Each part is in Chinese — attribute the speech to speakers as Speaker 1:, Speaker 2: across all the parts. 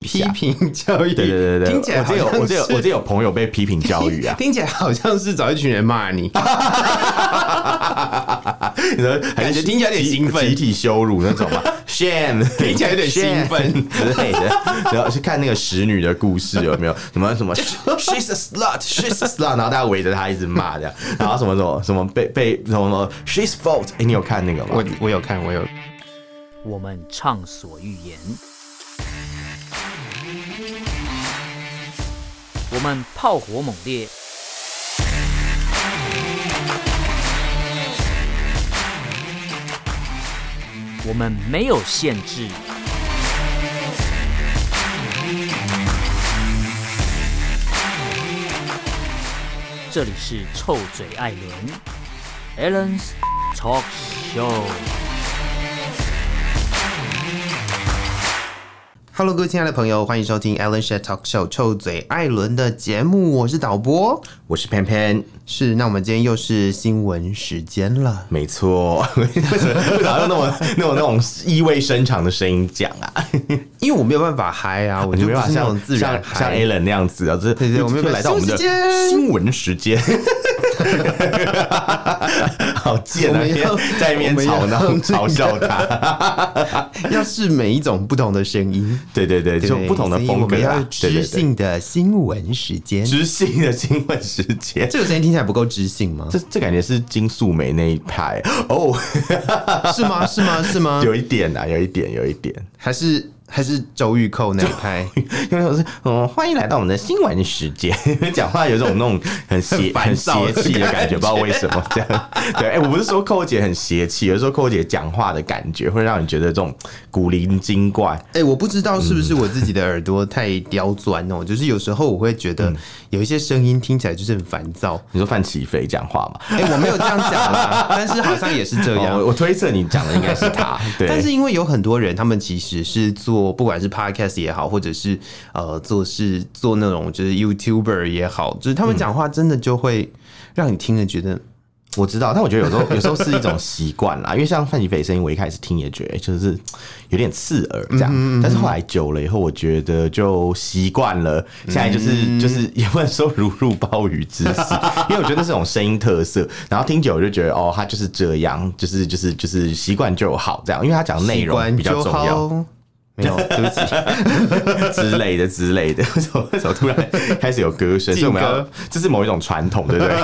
Speaker 1: 一
Speaker 2: 批
Speaker 1: 下。
Speaker 2: 评教育，
Speaker 1: 对对对对，
Speaker 2: 听起来
Speaker 1: 我
Speaker 2: 好
Speaker 1: 记得有
Speaker 2: 像
Speaker 1: 我记得
Speaker 2: 是，
Speaker 1: 我记得有朋友被批评教育啊
Speaker 2: 听起来好像是找一群人骂 你，
Speaker 1: 你说还
Speaker 2: 感
Speaker 1: 是
Speaker 2: 觉听起来有点
Speaker 1: 集
Speaker 2: 兴奋
Speaker 1: 集体羞辱那 种嘛，shame，
Speaker 2: 听起来有点兴奋
Speaker 1: shame 之类的。然后去看那个使女的故事有没有什么 什么 she's a slut，she's a slut，然后大家围着她一直骂这 样，然后什么什么什么被被什么什么 she's fault，哎、你有看那个吗？
Speaker 2: 我我有看，我有
Speaker 3: 我们畅所欲言；我们炮火猛烈；我们没有限制。这里是臭嘴艾伦 a l l e n s Talk Show。
Speaker 2: Hello，各位亲爱的朋友，欢迎收听 Alan s h a t Talk Show 臭嘴艾伦的节目，我是导播，
Speaker 1: 我是潘潘，
Speaker 2: 是。那我们今天又是新闻时间了，
Speaker 1: 没错， 为什么为啥要那么那种那种意味深长的声音讲啊？
Speaker 2: 因为我没有办法嗨 啊，我
Speaker 1: 你
Speaker 2: 就
Speaker 1: 没
Speaker 2: 不
Speaker 1: 办法
Speaker 2: 是那种
Speaker 1: 像
Speaker 2: 自然
Speaker 1: 像像
Speaker 2: 嗨。
Speaker 1: Alan 那样子啊，这
Speaker 2: 对对我们
Speaker 1: 就来到我们的新闻 时间。好贱啊！
Speaker 2: 我们要
Speaker 1: 天在一边吵闹
Speaker 2: 我们要
Speaker 1: 嘲笑他，
Speaker 2: 要是每一种不同的声音，
Speaker 1: 对对对，就不同的风
Speaker 2: 所以我
Speaker 1: 格
Speaker 2: 们要
Speaker 1: 啊，对
Speaker 2: 知
Speaker 1: 对对，
Speaker 2: 性的新闻时间。
Speaker 1: 知性的新闻时间，
Speaker 2: 这个声音听起来不够知性吗？
Speaker 1: 这这感觉是金素梅那一派哦，
Speaker 2: 是吗？是吗？是 吗？
Speaker 1: 有一点啊，有一点，有一点，
Speaker 2: 还是还是周玉蔻那一派？
Speaker 1: 因为我是嗯，欢迎来到我们的新闻时间。 讲话有种那种很邪、
Speaker 2: 很
Speaker 1: 很
Speaker 2: 烦躁
Speaker 1: 邪
Speaker 2: 的
Speaker 1: 气的感
Speaker 2: 感觉
Speaker 1: 觉，不知道为什么这 样。对，哎、我不是说寇姐很邪气，有时候寇姐讲话的感觉会让你觉得这种古灵精怪。
Speaker 2: 哎、我不知道是不是我自己的耳朵太刁钻哦、就是有时候我会觉
Speaker 1: 嗯
Speaker 2: 得有一些声音听起来就是很烦躁。
Speaker 1: 你说范启飞讲话嘛？
Speaker 2: 哎、我没有这样讲啦， 但是好像也是这样。
Speaker 1: 哦我我推测你讲的应该是 他，对。
Speaker 2: 但是因为有很多人，他们其实是做不管是 podcast 也好，或者是呃做事做那种就是 YouTuber 也好，就是他们讲话真的就会让你听了觉得，
Speaker 1: 我知道，但我觉得有时候有时候是一种习惯啦，因为像范吉飞的声音，我一开始听也觉得哎就是有点刺耳
Speaker 2: 嗯
Speaker 1: 这样，但是后来久了以后，我觉得就习惯了。现在就是、
Speaker 2: 嗯
Speaker 1: 就是也不能说如入鲍鱼之肆，因为我觉得那是种声音特色，然后听久了就觉得哦，他就是这样，就是就是就是习惯就好这样，因为他讲的内
Speaker 2: 习惯
Speaker 1: 容比较
Speaker 2: 就
Speaker 1: 重要
Speaker 2: 好。没有，对不起，
Speaker 1: 之类的之类的。为什么为什么突然开始有歌声？所以我们
Speaker 2: 劲
Speaker 1: 要
Speaker 2: 歌
Speaker 1: 这是某一种传统，对不 对？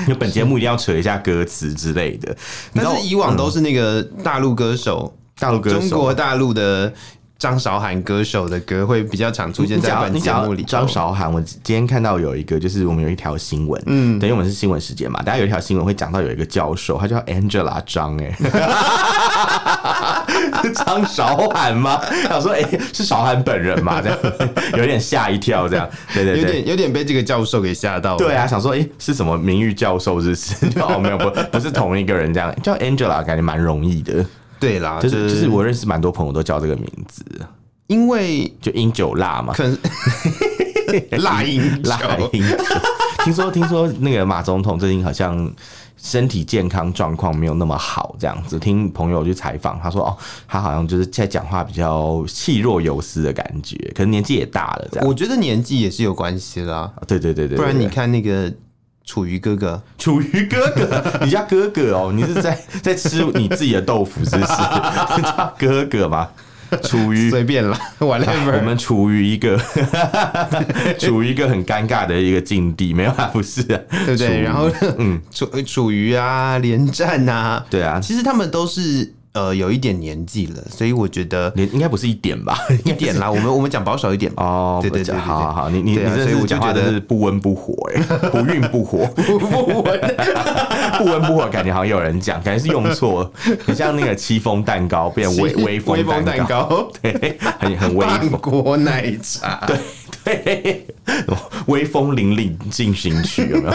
Speaker 1: 因为本节目一定要扯一下歌词之类的，你知道嗯
Speaker 2: 但是以往都是那个大陆歌手。
Speaker 1: 大陆歌手
Speaker 2: 中国大陆的张韶涵歌手的歌会比较常出现在本
Speaker 1: 你
Speaker 2: 节
Speaker 1: 讲到
Speaker 2: 目
Speaker 1: 你
Speaker 2: 里
Speaker 1: 讲
Speaker 2: 头。
Speaker 1: 到张韶涵，我今天看到有一个，就是我们有一条新闻，嗯，等于我们是新闻时间嘛，大家有一条新闻会讲到有一个教授，他叫 Angela 张、 哎，张韶涵吗？想说，哎、是韶涵本人嘛？这样 有点吓一跳，这样，对对
Speaker 2: 有
Speaker 1: 对。
Speaker 2: 点有点被这个教授给吓到了。
Speaker 1: 对啊，想说，哎、是什么名誉教授？是不是？ 哦，没有，不，不是同一个人。这样叫 Angela，感觉蛮容易的。
Speaker 2: 啊对啦，
Speaker 1: 就，
Speaker 2: 就是
Speaker 1: 就是我认识蛮多朋友都叫这个名字，
Speaker 2: 因为
Speaker 1: 就英九辣嘛。
Speaker 2: 可能辣音
Speaker 1: 拉
Speaker 2: 球
Speaker 1: 丁球。听说听说那个马总统最近好像身体健康状况没有那么好，这样子。听朋友去采访，他说哦，他好像就是在讲话比较气若游丝的感觉，可能年纪也大了，这 样。
Speaker 2: 我觉得年纪也是有关系啦，
Speaker 1: 对对对对，对
Speaker 2: 不然你
Speaker 1: 对
Speaker 2: 看那个楚瑜哥哥，
Speaker 1: 楚瑜哥哥，你叫哥哥哦，你是在在吃你自己的豆腐，是不是？叫哥哥吗？楚瑜，
Speaker 2: 随便啦
Speaker 1: 哎我
Speaker 2: ，whatever。
Speaker 1: 们处于一个处于一个很尴尬的一个境地，没有啊，不是啊，
Speaker 2: 对不
Speaker 1: 处于
Speaker 2: 对？然后，嗯，楚楚瑜啊，连战啊，
Speaker 1: 对啊，
Speaker 2: 其实他们都是呃有一点年纪了，所以我觉得
Speaker 1: 你应该不是一点 吧？
Speaker 2: 一点啦，我们我们讲保守一点吧。
Speaker 1: 哦，
Speaker 2: 对对对对对
Speaker 1: 好好好，你你、
Speaker 2: 对啊
Speaker 1: 你这
Speaker 2: 所以我
Speaker 1: 是
Speaker 2: 就
Speaker 1: 讲话
Speaker 2: 觉
Speaker 1: 真
Speaker 2: 得
Speaker 1: 是不温不火 哎、不愠不火，
Speaker 2: 不不文
Speaker 1: 不温不火，感觉好像有人讲，感觉是用错，很像那个戚风蛋糕变 微微风
Speaker 2: 微风蛋
Speaker 1: 糕，
Speaker 2: 糕，
Speaker 1: 对，很很微
Speaker 2: 法
Speaker 1: 风，
Speaker 2: 国奶茶，对，
Speaker 1: 对， 微风凛凛进行曲有没 有？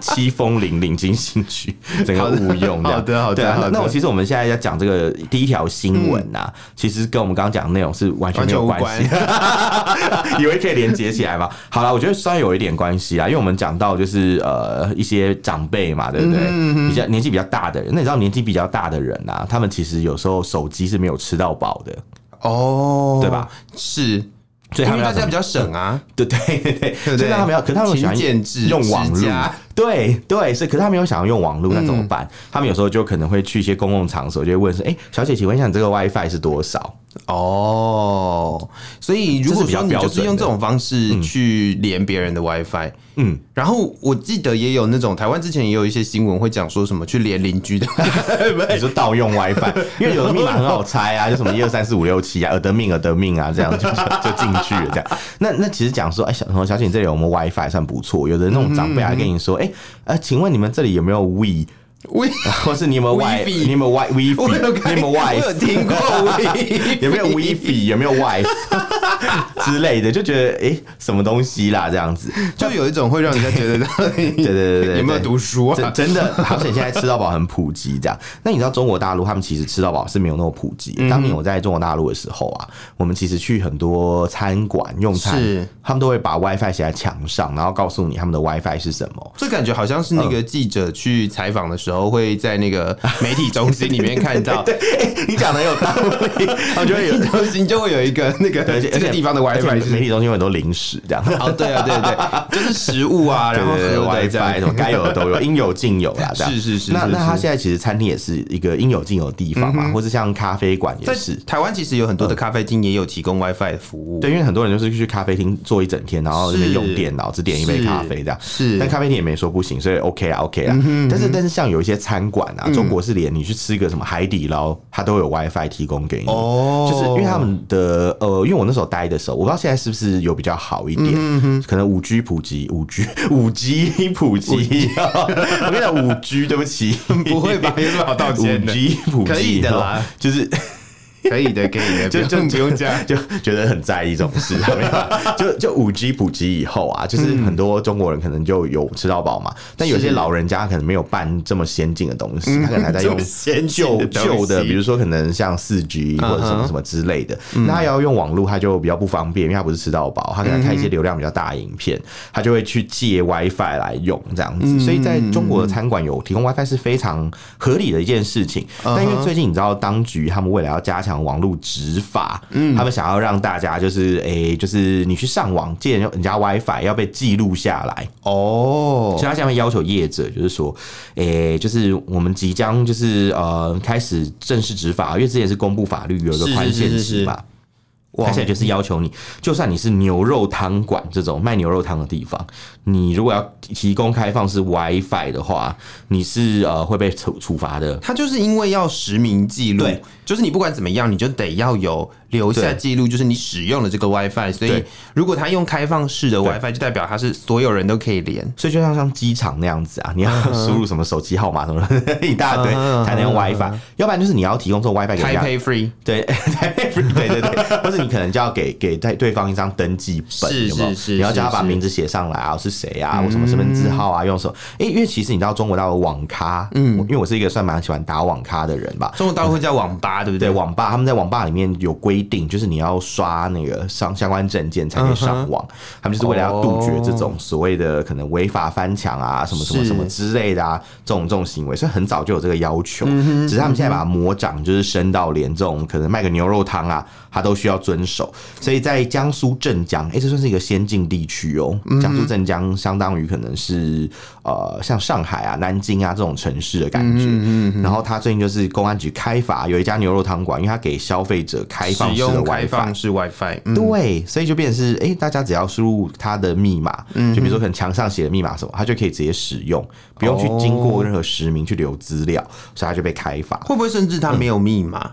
Speaker 1: 凄风凛凛进行曲，整个误用这样
Speaker 2: 好的好的
Speaker 1: 对啊
Speaker 2: 好
Speaker 1: 那
Speaker 2: 的
Speaker 1: 那我其实我们现在要讲这个第一条新闻啊，其实跟我们刚刚讲的内容是完全没有关系， 以为可以连接起来嘛？好了，我觉得稍微有一点关系啊，因为我们讲到就是呃一些长辈嘛，对不
Speaker 2: 嗯
Speaker 1: 对？比较年纪比较大的人，那你知道年纪比较大的人啊，他们其实有时候手机是没有吃到饱的。
Speaker 2: 哦，
Speaker 1: 对吧？
Speaker 2: 是，
Speaker 1: 所
Speaker 2: 因
Speaker 1: 以他
Speaker 2: 为
Speaker 1: 们要
Speaker 2: 大家
Speaker 1: 怎
Speaker 2: 比
Speaker 1: 么
Speaker 2: 较省啊，
Speaker 1: 对对对对，
Speaker 2: 对不
Speaker 1: 所
Speaker 2: 对？
Speaker 1: 以他们要，可是他们喜
Speaker 2: 勤
Speaker 1: 欢
Speaker 2: 俭制
Speaker 1: 用网
Speaker 2: 持
Speaker 1: 路
Speaker 2: 家，嗯
Speaker 1: 对对是，可是他们又想要用网路，那怎么办？他们有时候就可能会去一些公共场所，就会问说：“哎、小姐，请问一下你这个 WiFi 是多少
Speaker 2: 哦，所以如果
Speaker 1: 这是比较
Speaker 2: 说你就
Speaker 1: 标
Speaker 2: 是
Speaker 1: 准
Speaker 2: 用
Speaker 1: 的
Speaker 2: 这种方式去连别人的 WiFi，
Speaker 1: 嗯，
Speaker 2: 然后我记得也有那种台湾之前也有一些新闻会讲说什么去连邻居的，？”
Speaker 1: 你说盗用 WiFi，因为有的密码很好 猜啊，就什么一二三四五六七啊，尔得命尔得命啊，这样就就就进去了这样。那那其实讲说，哎、小小姐，你这里有没有 WiFi 算不错？有的那种长辈还跟你说：“哎、呃，请问你们这里有没有 We？”
Speaker 2: 喂，
Speaker 1: 或是你有没有 Wi？
Speaker 2: Wi-Fi
Speaker 1: 你有没有 Wi？Wi？
Speaker 2: 我有看
Speaker 1: 你有没有 Wi？
Speaker 2: 我有听过 Wi-Fi
Speaker 1: 有没有 Wi？有没有 Wi？之类的，就觉得哎、诶什么东西啦，这样子。
Speaker 2: 就有一种会让人家觉得到底
Speaker 1: 对对对对
Speaker 2: 有没有
Speaker 1: 对
Speaker 2: 读书啊
Speaker 1: 真？真的，好险！现在吃到饱很普及，这样。那你知道中国大陆他们其实吃到饱是没有那么普及。
Speaker 2: 嗯
Speaker 1: 当年我在中国大陆的时候啊，我们其实去很多餐馆用餐
Speaker 2: 是，
Speaker 1: 他们都会把 WiFi 写在墙上，然后告诉你他们的 WiFi 是什么。
Speaker 2: 这感觉好像是那个记者去采访的时候，会在那个媒体中心里面看 到，
Speaker 1: 对，诶你讲的有道 理，我觉得有
Speaker 2: 媒体中心就会有一 个那个
Speaker 1: 而且
Speaker 2: 这个地方的
Speaker 1: 而且
Speaker 2: WiFi
Speaker 1: 媒
Speaker 2: 是。
Speaker 1: 体中心有很多零食这样。
Speaker 2: 哦，对啊，对对， 就是食物啊，然后
Speaker 1: 对
Speaker 2: 喝的
Speaker 1: 对
Speaker 2: 这
Speaker 1: 对 WiFi 什
Speaker 2: 样，
Speaker 1: 么该有的都有，应有尽有啦。这样
Speaker 2: 是是是
Speaker 1: 那
Speaker 2: 是
Speaker 1: 那它
Speaker 2: 是嗯
Speaker 1: 现在其实餐厅也是一个应有尽有的地方嘛，或是像咖啡馆也
Speaker 2: 在
Speaker 1: 是。
Speaker 2: 台湾其实有很多的咖啡厅也有提供 WiFi 的服务，
Speaker 1: 对，因为很多人就是去咖啡厅坐一整天，然后那边用电脑，只点一杯咖啡这样。
Speaker 2: 是，嗯
Speaker 1: 但咖啡厅也没说不行，所以 OK 啊，OK 啊。但是但是像有一些餐馆啊，中国是连你去吃个什么海底捞，它都有 WiFi 提供给你。
Speaker 2: 哦
Speaker 1: 就是因为他们的呃，因为我那时候待的时候，我不知道现在是不是有比较好一
Speaker 2: 嗯
Speaker 1: 点，可能五 G 普及，五 G 五 G 普及， 我跟你讲五 G，对不起，
Speaker 2: 不会 吧？有什么好道
Speaker 1: 五
Speaker 2: 歉的？
Speaker 1: G 普及
Speaker 2: 可以的啦，
Speaker 1: 就是。
Speaker 2: 可以的，可以 的，
Speaker 1: 就
Speaker 2: 不
Speaker 1: 就
Speaker 2: 用不用这样。
Speaker 1: 就觉得很在意这种 事，没有啊就就五 G 普及以后啊，就是
Speaker 2: 嗯
Speaker 1: 很多中国人可能就有吃到饱嘛，但有些老人家可能没有办这么先进的东
Speaker 2: 嗯
Speaker 1: 西，他可能还在用
Speaker 2: 这么先进
Speaker 1: 旧
Speaker 2: 的东西
Speaker 1: 旧的，比如说可能像四 G 或者什
Speaker 2: 嗯哼
Speaker 1: 么什么之类的，那他要用网络他就比较不方便，因为他不是吃到饱，他可能看一些流量比较大的影片，他就会去借 WiFi 来用这样
Speaker 2: 嗯
Speaker 1: 子，所以在中国的餐馆有提供 WiFi 是非常合理的一件事情，
Speaker 2: 嗯
Speaker 1: 但因为最近你知道当局他们为了要加强网络执法，
Speaker 2: 嗯
Speaker 1: 他们想要让大家就是诶、就是你去上网借人家 WiFi 要被记录下来，
Speaker 2: 哦
Speaker 1: 所以，他下面要求业者就是说，诶、就是我们即将就是呃开始正式执法，因为之前是公布法律有一个
Speaker 2: 是是
Speaker 1: 宽限
Speaker 2: 是是
Speaker 1: 期
Speaker 2: 是
Speaker 1: 嘛。他现在就是要求你，就算你是牛肉汤馆这种卖牛肉汤的地方，你如果要提供开放式 WiFi 的话，你是呃会被处处罚的。
Speaker 2: 他就是因为要实名记录
Speaker 1: 对，
Speaker 2: 就是你不管怎么样，你就得要有留下
Speaker 1: 对
Speaker 2: 记录，就是你使用了这个 WiFi。所以
Speaker 1: 对
Speaker 2: 如果他用开放式的
Speaker 1: 对
Speaker 2: WiFi，就代表他是所有人都可以连。
Speaker 1: 所以就像像机场那样子啊，你要输入什么手机号码什么 一大堆
Speaker 2: 嗯
Speaker 1: 才能用 WiFi，要不然就是你要提供这种 WiFi 给人
Speaker 2: 台
Speaker 1: 家。
Speaker 2: pay free
Speaker 1: 对 对对对，或是你可能就要给给对对方一张登记本，
Speaker 2: 是
Speaker 1: 有没有
Speaker 2: 是是
Speaker 1: 你要叫他把
Speaker 2: 是是嗯
Speaker 1: 名字写上来啊，我是谁啊，我什么身份证号啊，用什么？哎、因为其实你知道中国大陆网咖，嗯，因为我是一个算蛮喜欢打网咖的人吧，
Speaker 2: 中国大陆会叫网吧，对不
Speaker 1: 对
Speaker 2: 对？
Speaker 1: 网吧，他们在网吧里面有规定，就是你要刷那个上相关证件才可以上网。他们就是为了要杜绝这种所谓的可能违法翻墙啊、什么什么什么之类的啊，这种这种行为，所以很早就有这个要求。只是他们现在把它魔掌就是伸到连这种可能卖个牛肉汤啊，他都需要遵守。所以在江苏镇江，哎、这算是一个先进地区哦。
Speaker 2: 嗯
Speaker 1: 江苏镇江相当于可能是呃像上海啊、南京啊这种城市的感
Speaker 2: 嗯
Speaker 1: 觉。然后他最近就是公安局开罚，有一家牛肉汤馆，因为他给消费者开放
Speaker 2: 使
Speaker 1: 式的
Speaker 2: 用开
Speaker 1: WiFi
Speaker 2: 放。式 WiFi，嗯
Speaker 1: 对，所以就变成是，哎、大家只要输入他的密码，就比如说可能墙上写的密码什么，他就可以直接使用，不用去经过任何实名去留资料，所以他就被开罚。
Speaker 2: 会不会甚至他没有密码？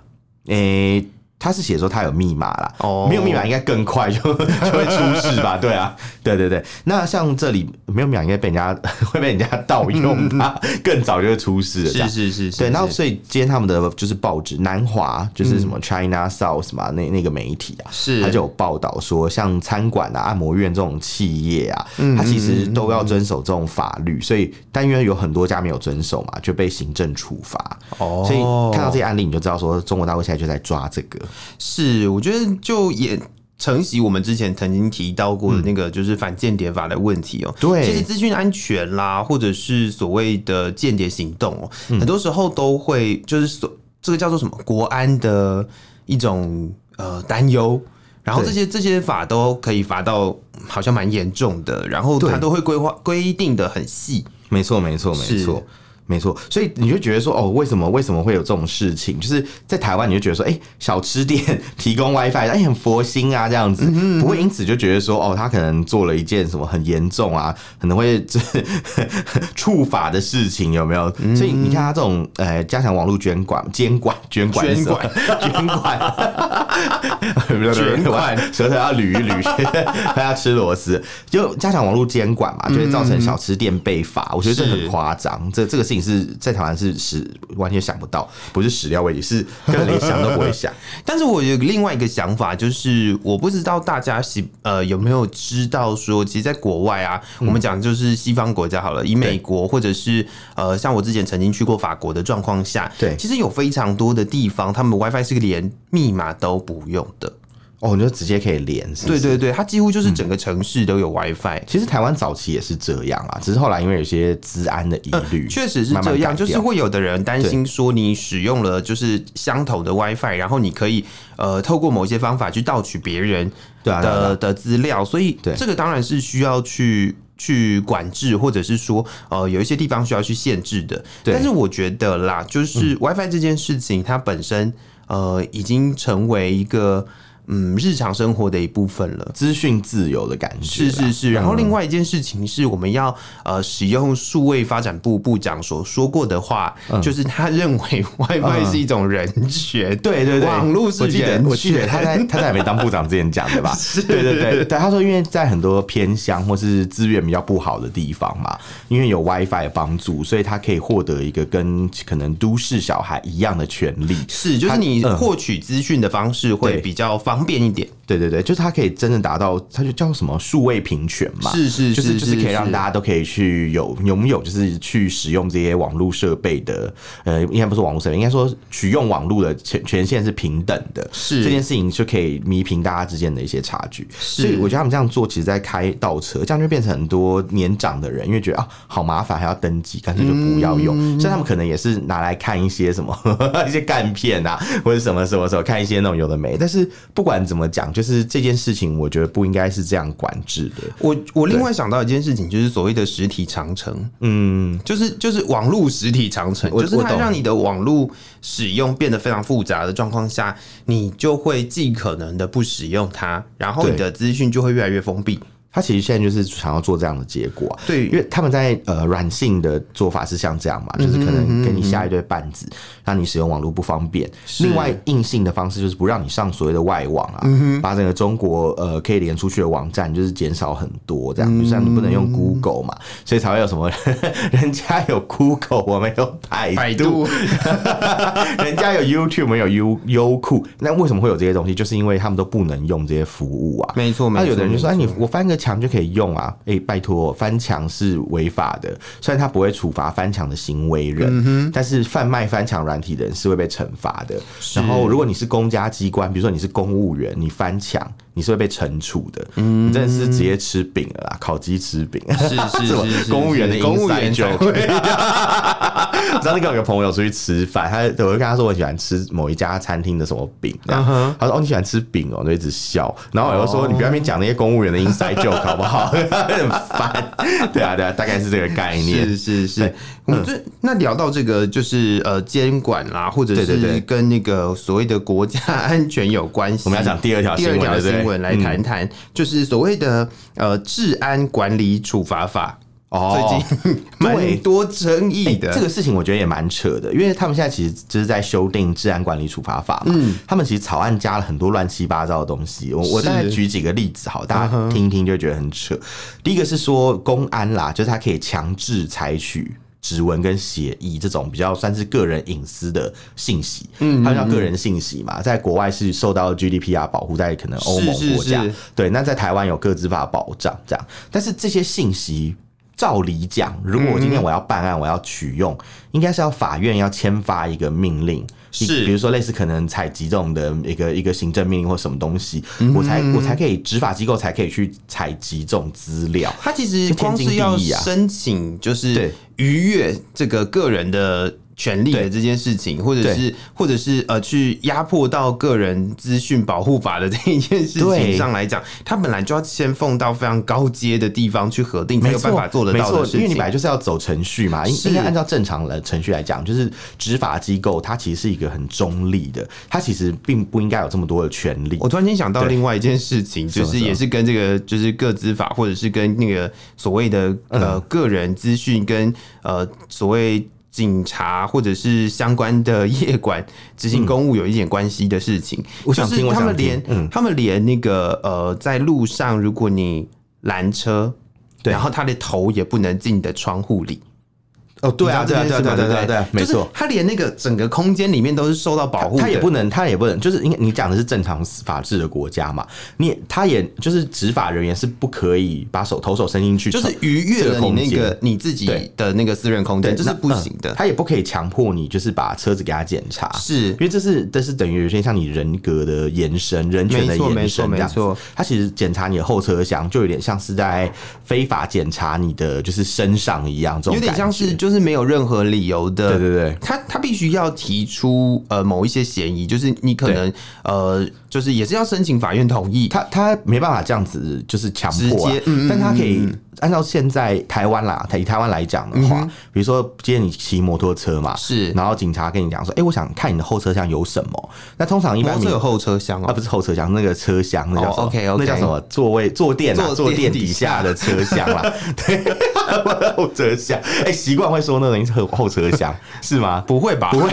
Speaker 1: 诶、他是写说他有密码啦，
Speaker 2: 哦
Speaker 1: 没有密码应该更快就 就会出事吧？对啊，对对对。那像这里没有密码，应该被人家 会被人家盗用吧？更早就会出事了。这
Speaker 2: 是
Speaker 1: 样
Speaker 2: 是是是，
Speaker 1: 嗯对，然后
Speaker 2: 是嗯
Speaker 1: 所以今天他们的就是报纸南华，就是什么 China South 嘛，那那个媒体啊，
Speaker 2: 是
Speaker 1: 他就有报道说，像餐馆啊、按摩院这种企业啊，
Speaker 2: 嗯
Speaker 1: 它其实都要遵守这种法律，所以但因为有很多家没有遵守嘛，就被行政处罚。
Speaker 2: 哦
Speaker 1: 所以看到这些案例，你就知道说中国大陆现在就在抓这个。
Speaker 2: 是，我觉得就也承袭我们之前曾经提到过的那个，就是反间谍法的问题哦、
Speaker 1: 嗯对
Speaker 2: 其实资讯安全啦，或者是所谓的间谍行动哦、
Speaker 1: 嗯
Speaker 2: 很多时候都会就是所这个叫做什么国安的一种呃担忧。然后这
Speaker 1: 对
Speaker 2: 些这些法都可以罚到好像蛮严重的，然后他
Speaker 1: 对
Speaker 2: 都会规划规定的很细，
Speaker 1: 没错，没错，没
Speaker 2: 是
Speaker 1: 错，没错。所以你就觉得说，哦，为什么为什么会有这种事情？就是在台湾，你就觉得说，哎、小吃店提供 WiFi，哎、很佛心啊，这样子，不会因此就觉得说，哦，他可能做了一件什么很严重啊，可能会这 触法的事情，有没有？所以你看他这种，呃，加强网络监管、监管、监管是什么、监管、
Speaker 2: 捐款
Speaker 1: 舌头要捋 一捋，他要吃螺丝，就加强网络监管嘛，就会造成小吃店被罚。我觉得这
Speaker 2: 嗯是
Speaker 1: 很夸张，这这个事情是在台湾是始完全想不到，不是始料未及，是根本连想都不 会想。
Speaker 2: 但是我有另外一个想法，就是我不知道大家喜呃有没有知道说，其实，在国外啊，
Speaker 1: 嗯
Speaker 2: 我们讲就是西方国家好了，以美国或者是呃像我之前曾经去过法国的状况下，
Speaker 1: 对
Speaker 2: 其实有非常多的地方，他们 WiFi 是连密码都不用的。
Speaker 1: 哦，你就直接可以连，是不
Speaker 2: 对
Speaker 1: 是
Speaker 2: 对对，它几乎就是整个城市
Speaker 1: 嗯
Speaker 2: 都有 WiFi。
Speaker 1: 其实台湾早期也是这样啊，只是后来因为有些治安的疑虑，
Speaker 2: 呃确实是这样，
Speaker 1: 慢慢改掉
Speaker 2: 就是会有的人担心说，你使用了就是相同的 WiFi，然后你可以呃透过某些方法去盗取别人
Speaker 1: 对
Speaker 2: 的、
Speaker 1: 啊对啊对
Speaker 2: 的资料，所以
Speaker 1: 对
Speaker 2: 这个当然是需要去。去管制，或者是说，呃，有一些地方需要去限制的。
Speaker 1: 对嗯
Speaker 2: 但是我觉得啦，就是 WiFi 这件事情，它本身呃已经成为一个嗯日常生活的一部分了。
Speaker 1: 资讯自由的感觉
Speaker 2: 是
Speaker 1: 啦。
Speaker 2: 是
Speaker 1: 嗯
Speaker 2: 是，然后另外一件事情是我们要呃使用数位发展部部长所说过的话，就是他认为 WiFi
Speaker 1: 嗯
Speaker 2: 是一种人权，
Speaker 1: 对对对，
Speaker 2: 网络是
Speaker 1: 我记得
Speaker 2: 人
Speaker 1: 我 记得
Speaker 2: 权，
Speaker 1: 他在他在还没当部长之前讲 的吧？对对对对，他说因为在很多偏乡或是资源比较不好的地方嘛，因为有 WiFi 的帮助，所以他可以获得一个跟可能都市小孩一样的权利。
Speaker 2: 是就是
Speaker 1: 他
Speaker 2: 你
Speaker 1: 嗯
Speaker 2: 获取资讯的方式会
Speaker 1: 对
Speaker 2: 比较方便一点，
Speaker 1: 对对对，就是他可以真正达到，他就叫什么数位平权嘛。
Speaker 2: 是是
Speaker 1: 就是是就是可以让大
Speaker 2: 家
Speaker 1: 家都可以去有拥有，就是去使用这些网络设备的，呃，应该不是网络设备，应该说取用网络的权权限是平等的，
Speaker 2: 是
Speaker 1: 这件事情就可以弥平大家之间的一些差距。所以我觉得他们这样做，其实在开倒车，这样就变成很多年长的人，因为觉得啊好麻烦，还要登记，干脆就不要用。所以他们可能也是拿来看一些什么 一些干片啊，或者什么什么什么，看一些那种有的没。但是不管怎么讲，就是这件事情，我觉得不应该是这样管制的。
Speaker 2: 我我另外想到一件事情，就是所谓的实体长城，嗯，就是就是网络实体长城，
Speaker 1: 我
Speaker 2: 就是
Speaker 1: 我
Speaker 2: 它
Speaker 1: 懂
Speaker 2: 让你的网络使用变得非常复杂的状况下，你就会尽可能的不使用它，然后你
Speaker 1: 对
Speaker 2: 的资讯就会越来越封闭。
Speaker 1: 他其实现在就是想要做这样的结果啊、
Speaker 2: 对
Speaker 1: 因为他们在呃软性的做法是像这样嘛，就是可能给你下一堆绊子，让你使用网络不方便。另外硬性的方式就是不让你上所谓的外网啊，把整个中国呃可以连出去的网站就是减少很多，这样、就像你不能用 Google 嘛，所以才会有什么 人家有 Google，我们有
Speaker 2: 百
Speaker 1: 百度
Speaker 2: 度，
Speaker 1: 人家有 YouTube，没有优优酷，那为什么会有这些东西？就是因为他们都不能用这些服务啊。
Speaker 2: 没错没
Speaker 1: 那
Speaker 2: 错。
Speaker 1: 有的人就说：“哎，
Speaker 2: 没
Speaker 1: 你
Speaker 2: 错
Speaker 1: 我翻个墙就可以用啊！”哎、拜托，翻墙是违法的，虽然他不会处罚翻墙的行为人，
Speaker 2: 嗯
Speaker 1: 但是贩卖翻墙软体的人是会被惩罚的。然后，如果你是公家机关，比如说你是公务员，你翻墙，你是会被惩处的。
Speaker 2: 嗯
Speaker 1: 你真的是直接吃饼了啦，烤鸡吃饼。
Speaker 2: 是
Speaker 1: 什
Speaker 2: 是
Speaker 1: 么
Speaker 2: 是是
Speaker 1: 公务员的
Speaker 2: 是公务员才
Speaker 1: inside joke
Speaker 2: 会
Speaker 1: 我上次跟我一个朋友出去吃饭，他我就跟他说我喜欢吃某一家餐厅的什么饼，
Speaker 2: 嗯
Speaker 1: 这样他说哦你喜欢吃饼哦，我就一直笑。 然后我又说、你不要面讲那些公务员的 inside joke 好不好？很烦。对啊对啊，大概是这个概念。
Speaker 2: 是
Speaker 1: 嗯
Speaker 2: 是是，我们这那聊到这个就是呃监管啦，或者
Speaker 1: 对对
Speaker 2: 是
Speaker 1: 对
Speaker 2: 跟那个所谓的国家安全有关系。
Speaker 1: 我们要讲第二条
Speaker 2: 第二
Speaker 1: 啊新闻
Speaker 2: 条
Speaker 1: 对不对嗯
Speaker 2: 新闻来谈谈，就是所谓的呃治安管理处罚法，
Speaker 1: 哦
Speaker 2: 最， 近蛮
Speaker 1: 对
Speaker 2: 多争议的。
Speaker 1: 哎这个事情我觉得也蛮扯的，因为他们现在其实就是在修订治安管理处罚法嘛，嗯，他们其实草案加了很多乱七八糟的东西。我我
Speaker 2: 是嗯
Speaker 1: 大概举几个例子，好，大家听一听就觉得很扯。第一个是说公安啦，就是他可以强制采取。指纹跟协议这种比较算是个人隐私的信息，嗯，它叫个人信息嘛，在国外是受到 GDPR 保护，在可能欧盟
Speaker 2: 是是
Speaker 1: 国家，
Speaker 2: 是
Speaker 1: 对，那在台湾有各自法保障这样，但是这些信息。照理讲，如果我今天我要办案，我要取用，应该是要法院要签发一个命令，
Speaker 2: 是
Speaker 1: 比如说类似可能采集这种的一个一个行政命令或什么东西，我才我才可以执法机构才可以去采集这种资料。
Speaker 2: 它其实
Speaker 1: 这天
Speaker 2: 光
Speaker 1: 经
Speaker 2: 是
Speaker 1: 地
Speaker 2: 要
Speaker 1: 义啊
Speaker 2: 申请，就是
Speaker 1: 对
Speaker 2: 逾越这个个人的权利的这件事情，或者是或者是呃去压迫到个人资讯保护法的 这一件事情
Speaker 1: 对
Speaker 2: 上来讲，它本来就要先放到非常高阶的地方去核定，才
Speaker 1: 没
Speaker 2: 有办
Speaker 1: 错，
Speaker 2: 法做得到
Speaker 1: 没
Speaker 2: 的
Speaker 1: 错
Speaker 2: 事情。啊
Speaker 1: 因为你本来就是要走程序嘛，应
Speaker 2: 是
Speaker 1: 应该按照正常的程序来讲，就是执法机构它其实是一个很中立的，它其实并不应该有这么多的权利
Speaker 2: 我。突然间想到
Speaker 1: 对
Speaker 2: 另外一件事情，就
Speaker 1: 什么
Speaker 2: 是也是跟这个就是个资法，或者是跟那个所谓的
Speaker 1: 嗯
Speaker 2: 呃个人资讯跟呃所谓。警察或者是相关的业管执行公务有一点关系的事情，
Speaker 1: 嗯我想
Speaker 2: 就是
Speaker 1: 听我
Speaker 2: 他
Speaker 1: 想
Speaker 2: 们
Speaker 1: 听
Speaker 2: 连、
Speaker 1: 嗯
Speaker 2: 他们连那个呃，在路上如果你拦车，
Speaker 1: 对
Speaker 2: 然后他的头也不能进你的窗户里，
Speaker 1: 哦，对啊，
Speaker 2: 你知
Speaker 1: 对
Speaker 2: 道
Speaker 1: 啊，
Speaker 2: 这
Speaker 1: 对
Speaker 2: 件
Speaker 1: 啊，
Speaker 2: 事
Speaker 1: 对
Speaker 2: 吗
Speaker 1: 啊，对啊，对啊，没，
Speaker 2: 就是
Speaker 1: 错。
Speaker 2: 他连那个整个空间里面都是受到保护的，
Speaker 1: 他也不能，他也不能，就是应该你讲的是正常法治的国家嘛，你也他也就是执法人员是不可以把手投手伸进去，
Speaker 2: 就是逾越了你那
Speaker 1: 这个空
Speaker 2: 个
Speaker 1: 间
Speaker 2: 你自己
Speaker 1: 对
Speaker 2: 的那个私人空间，这是
Speaker 1: 那
Speaker 2: 不行
Speaker 1: 嗯
Speaker 2: 的。
Speaker 1: 他也不可以强迫你就是把车子给他检查，
Speaker 2: 是
Speaker 1: 因为这是这是等于有些像你人格的延伸，人权的
Speaker 2: 没错没
Speaker 1: 延
Speaker 2: 错
Speaker 1: 伸这样子
Speaker 2: 没错。
Speaker 1: 他其实检查你的后车厢，就有点像是在非法检查你的就是身上一样，这种
Speaker 2: 有点
Speaker 1: 感
Speaker 2: 像
Speaker 1: 觉
Speaker 2: 是就是没有任何理由的，
Speaker 1: 对对对
Speaker 2: 他他必须要提出呃某一些嫌疑，就是你可能呃就是也是要申请法院同意，
Speaker 1: 他他没办法这样子就是强迫、啊
Speaker 2: 直接嗯嗯嗯
Speaker 1: 但他可以按照现在台湾啦，以台湾来讲的话、比如说今天你骑摩托车嘛，
Speaker 2: 是
Speaker 1: 然后警察跟你讲说，哎、我想看你的后车厢有什么，那通常一
Speaker 2: 摩
Speaker 1: 般
Speaker 2: 托
Speaker 1: 民
Speaker 2: 车有后车厢
Speaker 1: 啊，
Speaker 2: 哦，
Speaker 1: 不是后车厢，那个车厢，那叫什么
Speaker 2: 哦，OK，OK
Speaker 1: 那叫什么？座位坐垫啊，
Speaker 2: 坐
Speaker 1: 坐
Speaker 2: 垫
Speaker 1: 垫
Speaker 2: 底
Speaker 1: 底
Speaker 2: 下
Speaker 1: 下的车厢 啦。对，后车厢。哎，习惯会说那种是后后车厢是吗？
Speaker 2: 不会吧？ 不会。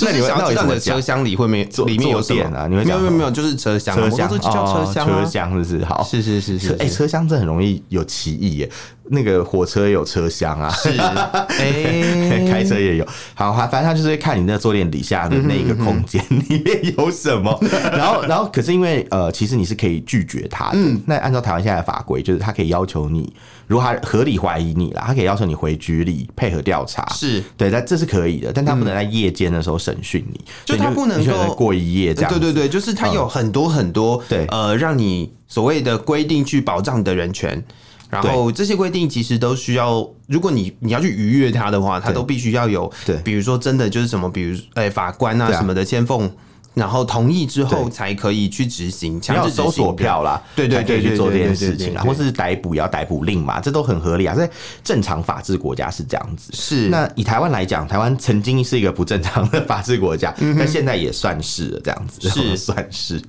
Speaker 1: 那你会
Speaker 2: 想
Speaker 1: 那
Speaker 2: 要
Speaker 1: 你
Speaker 2: 知道
Speaker 1: 怎
Speaker 2: 你
Speaker 1: 么
Speaker 2: 的
Speaker 1: 讲
Speaker 2: 车厢里会没
Speaker 1: 坐
Speaker 2: 里面有什么
Speaker 1: 坐垫啊你
Speaker 2: 没有
Speaker 1: 会讲
Speaker 2: 没
Speaker 1: 什
Speaker 2: 有
Speaker 1: 么
Speaker 2: 没有，就是车厢啊，
Speaker 1: 车
Speaker 2: 摩
Speaker 1: 厢
Speaker 2: 托车就叫车厢
Speaker 1: 哦
Speaker 2: 啊，
Speaker 1: 车厢是不是？好，
Speaker 2: 是是是
Speaker 1: 车
Speaker 2: 是，
Speaker 1: 哎，车厢这很容易有歧义耶。那个火车有车厢啊，
Speaker 2: 是哎，
Speaker 1: 开车也有，好，反正他就是会看你那坐垫底下的
Speaker 2: 嗯
Speaker 1: 那一个空间里面有什么， 然后，然后可是因为呃，其实你是可以拒绝他的。
Speaker 2: 嗯
Speaker 1: 那按照台湾现在的法规，就是他可以要求你，如果他合理怀疑你啦，他可以要求你回局里配合调查。
Speaker 2: 是
Speaker 1: 对，但这是可以的，但他不能在夜间的时候审讯你，
Speaker 2: 嗯就
Speaker 1: 所以你
Speaker 2: 他不能
Speaker 1: 你可
Speaker 2: 够
Speaker 1: 过一夜这样子。
Speaker 2: 对对对，就是它有很多很多、
Speaker 1: 对
Speaker 2: 呃，让你所谓的规定去保障你的人权。然后这些规定其实都需要，如果你你要去逾越它的话，它
Speaker 1: 对
Speaker 2: 都必须要有，
Speaker 1: 对
Speaker 2: 比如说真的就是什么，比如哎、法官啊
Speaker 1: 对啊
Speaker 2: 什么的签奉，然后同意之后
Speaker 1: 对
Speaker 2: 才可以去执行，
Speaker 1: 你
Speaker 2: 强
Speaker 1: 要
Speaker 2: 制
Speaker 1: 有
Speaker 2: 执行
Speaker 1: 搜索
Speaker 2: 的
Speaker 1: 票啦，
Speaker 2: 对对
Speaker 1: 才可
Speaker 2: 对
Speaker 1: 以
Speaker 2: 对
Speaker 1: 去做这
Speaker 2: 对
Speaker 1: 件
Speaker 2: 对对
Speaker 1: 事情啦，
Speaker 2: 对
Speaker 1: 或
Speaker 2: 对
Speaker 1: 是逮捕也要逮捕令嘛，这都很合理啊，在正常法治国家是这样子。
Speaker 2: 是
Speaker 1: 那以台湾来讲，台湾曾经是一个不正常的法治国家，但现在也算是了这样子，
Speaker 2: 嗯是
Speaker 1: 算是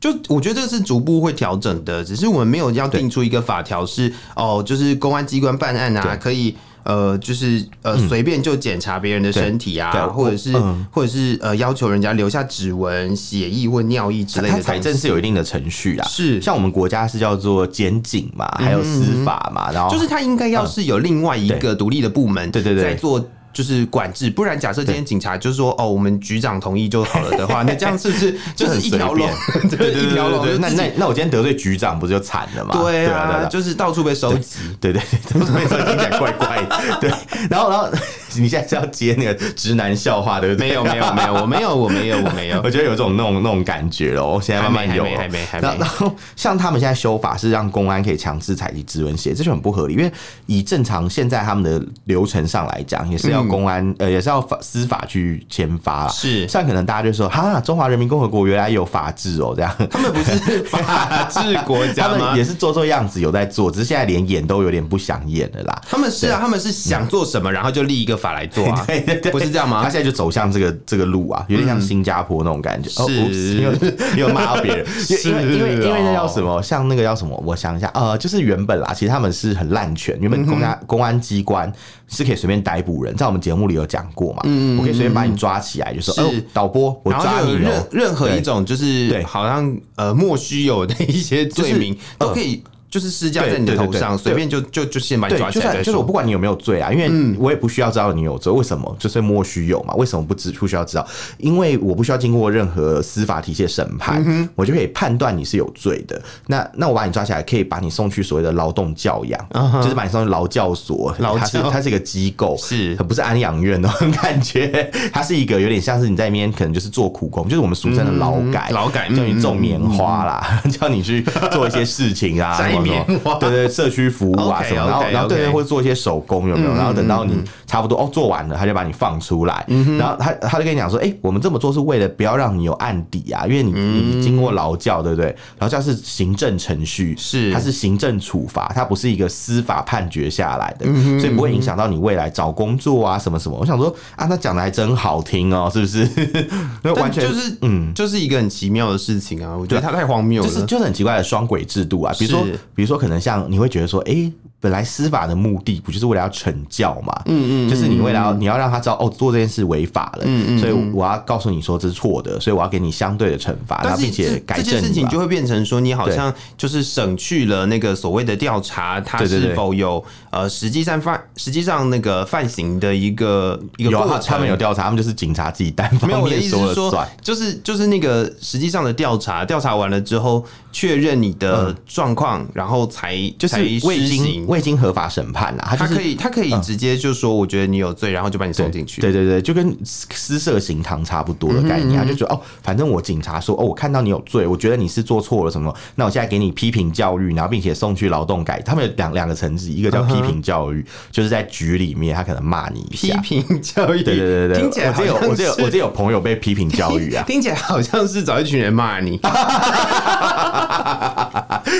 Speaker 2: 就我觉得这是逐步会调整的，只是我们没有要定出一个法条是哦，就是公安机关办案啊，
Speaker 1: 对
Speaker 2: 可以呃，就是呃随便就检查别人的身体
Speaker 1: 对
Speaker 2: 啊，
Speaker 1: 对
Speaker 2: 或者是、
Speaker 1: 嗯
Speaker 2: 或者是呃要求人家留下指纹、血液或尿液之类
Speaker 1: 它
Speaker 2: 的
Speaker 1: 财
Speaker 2: 东
Speaker 1: 政
Speaker 2: 西。
Speaker 1: 是有一定的程序啦，
Speaker 2: 是
Speaker 1: 啊
Speaker 2: 嗯
Speaker 1: 像我们国家是叫做检警嘛，还有司法嘛，然后
Speaker 2: 就是它应该要是有另外一个独立的部门，
Speaker 1: 嗯对对对
Speaker 2: 在做。就是管制，不然假设今天警察就说哦，我们局长同意就好了的 话，那这样是不是就是一条龙，
Speaker 1: 对 对对
Speaker 2: 一条龙，
Speaker 1: 对对对
Speaker 2: 就
Speaker 1: 那
Speaker 2: 自己
Speaker 1: 那那我今天得罪局长不是就惨了嘛？
Speaker 2: 对
Speaker 1: 对啊对
Speaker 2: 啊，
Speaker 1: 啊。
Speaker 2: 就是到处被收集。
Speaker 1: 对对对，怎么听起来怪 怪的？对，然后然后你现在是要接那个直男笑话， 对不对？
Speaker 2: 没有没有没有，我没有我没有 我没有
Speaker 1: 我，觉得有种那种那种感觉咯，现在慢慢有了。
Speaker 2: 还没还没还没
Speaker 1: 然后然后像他们现在修法是让公安可以强制采集指纹血，这就很不合理，因为以正常现在他们的流程上来讲，也是要公安、呃也是要法司法去签发啦。
Speaker 2: 嗯是
Speaker 1: 像可能大家就说哈，中华人民共和国原来有法治哦，这样。
Speaker 2: 他们不是法治国
Speaker 1: 他
Speaker 2: 家吗
Speaker 1: 们也？是做做样子，有在做，只是现在连演都有点不想演了啦。
Speaker 2: 他们是啊，他们是想做什么，然后就立一个法来做啊，
Speaker 1: 对对对，
Speaker 2: 不是这样吗嗯
Speaker 1: 他？现在就走向这个这个路啊，有点像新加坡那种感觉。哦
Speaker 2: 是
Speaker 1: oops，又 又骂到别人，因为
Speaker 2: 是
Speaker 1: 因为因为因为那叫
Speaker 2: 哦
Speaker 1: 什么？像那个叫什么？我想一下，呃，就是原本啦，其实他们是很滥权，原本公安
Speaker 2: 嗯
Speaker 1: 公安机关是可以随便逮捕人，在我们节目里有讲过嘛，
Speaker 2: 嗯
Speaker 1: 我可以随便把你抓起来，就说
Speaker 2: 是
Speaker 1: 哦，导播，我
Speaker 2: 然
Speaker 1: 抓
Speaker 2: 后就有
Speaker 1: 你
Speaker 2: 任
Speaker 1: 哦。
Speaker 2: 任何一种就是
Speaker 1: 对
Speaker 2: 好像呃莫须有的一些罪名
Speaker 1: 就是嗯
Speaker 2: 都可以，就是施加在你的
Speaker 1: 对对对
Speaker 2: 头上，
Speaker 1: 对
Speaker 2: 随便就就就先把你
Speaker 1: 对
Speaker 2: 抓，起
Speaker 1: 就
Speaker 2: 来
Speaker 1: 算
Speaker 2: 再
Speaker 1: 就是我
Speaker 2: 说。
Speaker 1: 不管你有没有罪啊，因
Speaker 2: 嗯
Speaker 1: 为我也不需要知道你有罪，为什么？就是莫须有嘛，为什么不知不需要知道？因为我不需要经过任何司法体系的审
Speaker 2: 嗯
Speaker 1: 判，我就可以判断你是有罪的。那那我把你抓起来，可以把你送去所谓的劳动教养就是把你送去劳教所，
Speaker 2: 啊劳
Speaker 1: 它是
Speaker 2: 教
Speaker 1: 它是一个机构，
Speaker 2: 是
Speaker 1: 不是安养院那种 感觉？它是一个有点像是你在那边可能就是做苦工，就是我们俗称的劳改，
Speaker 2: 劳改
Speaker 1: 叫你种棉花啦， 叫你去做一些事情啊，
Speaker 2: 嗯摘
Speaker 1: 什么什么
Speaker 2: 棉花
Speaker 1: 对对，社区服务啊
Speaker 2: OK，
Speaker 1: 什么，然后
Speaker 2: OK，嗯
Speaker 1: 然后对对
Speaker 2: OK
Speaker 1: 或者做一些手工有没有？然后等到你差不多哦，做完了，他就把你放出来，
Speaker 2: 嗯
Speaker 1: 然后他他就跟你讲说，哎、我们这么做是为了不要让你有案底啊，因为你、
Speaker 2: 嗯
Speaker 1: 你经过劳教，对不对？劳教是行政程序，
Speaker 2: 是
Speaker 1: 它是行政处罚，它不是一个司法判决下来
Speaker 2: 嗯
Speaker 1: 的，所以不会影响到你未来找工作啊什么什么。我想说啊，他讲的还真好听哦，是不是？ 那
Speaker 2: 但
Speaker 1: 完全
Speaker 2: 就是嗯，就是一个很奇妙的事情啊，我觉得它太荒谬了。
Speaker 1: 就是就是很奇怪的双轨制度啊，比如说
Speaker 2: 是
Speaker 1: 比如说可能像你会觉得说，诶，本来司法的目的不就是为了要惩教嘛，嗯嗯，就是你为了要你要让他知道哦，做这件事违法了，嗯嗯，所以我要告诉你说这是错的，所以我要给你相对的惩罚，然
Speaker 2: 但
Speaker 1: 后
Speaker 2: 是
Speaker 1: 啊并
Speaker 2: 这
Speaker 1: 且
Speaker 2: 这
Speaker 1: 改正
Speaker 2: 件
Speaker 1: 你吧
Speaker 2: 事情就会变成说，你好
Speaker 1: 对
Speaker 2: 像就是省去了那个所谓的调查，他
Speaker 1: 对对对
Speaker 2: 是否有呃实际上犯实际上那个犯行的一个一个
Speaker 1: 有
Speaker 2: 过
Speaker 1: 啊，他
Speaker 2: 程。
Speaker 1: 们有调查，他们就是警察自己单方
Speaker 2: 没有，我的
Speaker 1: 面
Speaker 2: 意思是
Speaker 1: 了
Speaker 2: 说
Speaker 1: 算。，
Speaker 2: 就是就是那个实际上的调查，调查完了之后确认你的状况，然后才
Speaker 1: 嗯就是
Speaker 2: 才
Speaker 1: 未
Speaker 2: 施
Speaker 1: 经
Speaker 2: 行。
Speaker 1: 未经合法审判啊啦，
Speaker 2: 他
Speaker 1: 他就是嗯
Speaker 2: 可以他可以直接就说，我觉得你有罪，然后就把你送进去。
Speaker 1: 对对对，就跟私设刑堂差不多的概念，他就觉得哦，反正我警察说哦，我看到你有罪，我觉得你是做错了什么，那我现在给你批评教育，然后并且送去劳动改，他们有两两个层次，一个叫批评教育，就是在局里面他可能骂你一
Speaker 2: 批
Speaker 1: 下。
Speaker 2: 评教育，
Speaker 1: 对对对对，
Speaker 2: 听起来
Speaker 1: 我这有
Speaker 2: 好像
Speaker 1: 我这有我
Speaker 2: 是，
Speaker 1: 这有朋友被批评教育啊
Speaker 2: 听起来好像是找一群人骂 你，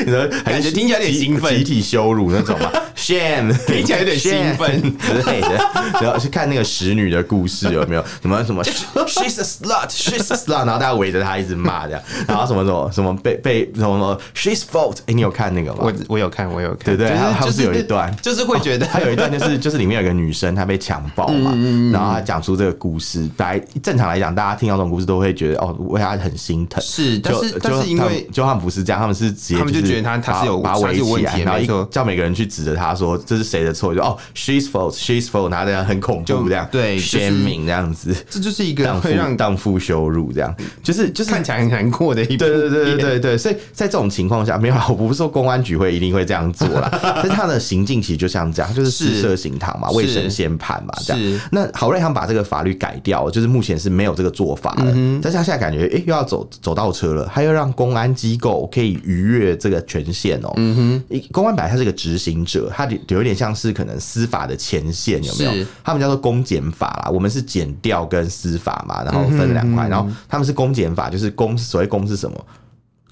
Speaker 1: 你说
Speaker 2: 感觉听起来有点兴奋
Speaker 1: 集体羞辱那种嘛，shame，
Speaker 2: 听起来有点兴奋
Speaker 1: shame 之类的。然后去看那个使女的故事有没有什么什么 she's a slut，she's a slut，然后大家围着她一直骂这样，然后什么什么什么被被什么什么 she's fault，哎、你有看那个吗？
Speaker 2: 我我有看，我有看，
Speaker 1: 对对还还
Speaker 2: 就
Speaker 1: 不
Speaker 2: 是
Speaker 1: 是有一段
Speaker 2: 就是就是会觉得
Speaker 1: 他有一段就是就是里面有个女生她被强暴嘛，
Speaker 2: 嗯
Speaker 1: 然后她讲出这个故事，本来正常来讲，大家听到这种故事都会觉得哦，为她很心疼。
Speaker 2: 是，但
Speaker 1: 就是
Speaker 2: 但是因
Speaker 1: 他
Speaker 2: 为
Speaker 1: 们就他们不是这样，他们是直接
Speaker 2: 他们就是觉得他他是有
Speaker 1: 把把
Speaker 2: 他是有
Speaker 1: 围起
Speaker 2: 问
Speaker 1: 来，
Speaker 2: 题的啊
Speaker 1: 然后
Speaker 2: 没错
Speaker 1: 一叫每个人去指着他说这是谁的错，就哦 she's fault she's fault，然后这样很恐怖
Speaker 2: 就
Speaker 1: 这样，
Speaker 2: 对就是
Speaker 1: 鲜明这样子，
Speaker 2: 这就是一个
Speaker 1: 荡妇
Speaker 2: 会让
Speaker 1: 荡妇羞辱这样，就是就是
Speaker 2: 看起来很难过的一部
Speaker 1: 对对对对
Speaker 2: 片
Speaker 1: 对对，所以在这种情况下，没有啊，我不是说公安局会一定会这样做啦，但是他的行径其实就像这样，就是
Speaker 2: 是
Speaker 1: 私设刑堂嘛，
Speaker 2: 是
Speaker 1: 未审先判嘛，这
Speaker 2: 是
Speaker 1: 样。那好瑞他们把这个法律改掉，就是目前是没有这个做法的，但是他现在感觉，诶，又要走走倒车了，他又让公安机构可以逾越这个权限哦、嗯哼，公安本来他是个执行者，他有有点像是可能司法的前线，有没有
Speaker 2: 是？
Speaker 1: 他们叫做公检法啦，我们是检调跟司法嘛，然后分两块，然后他们是公检法，就是公所谓公是什么？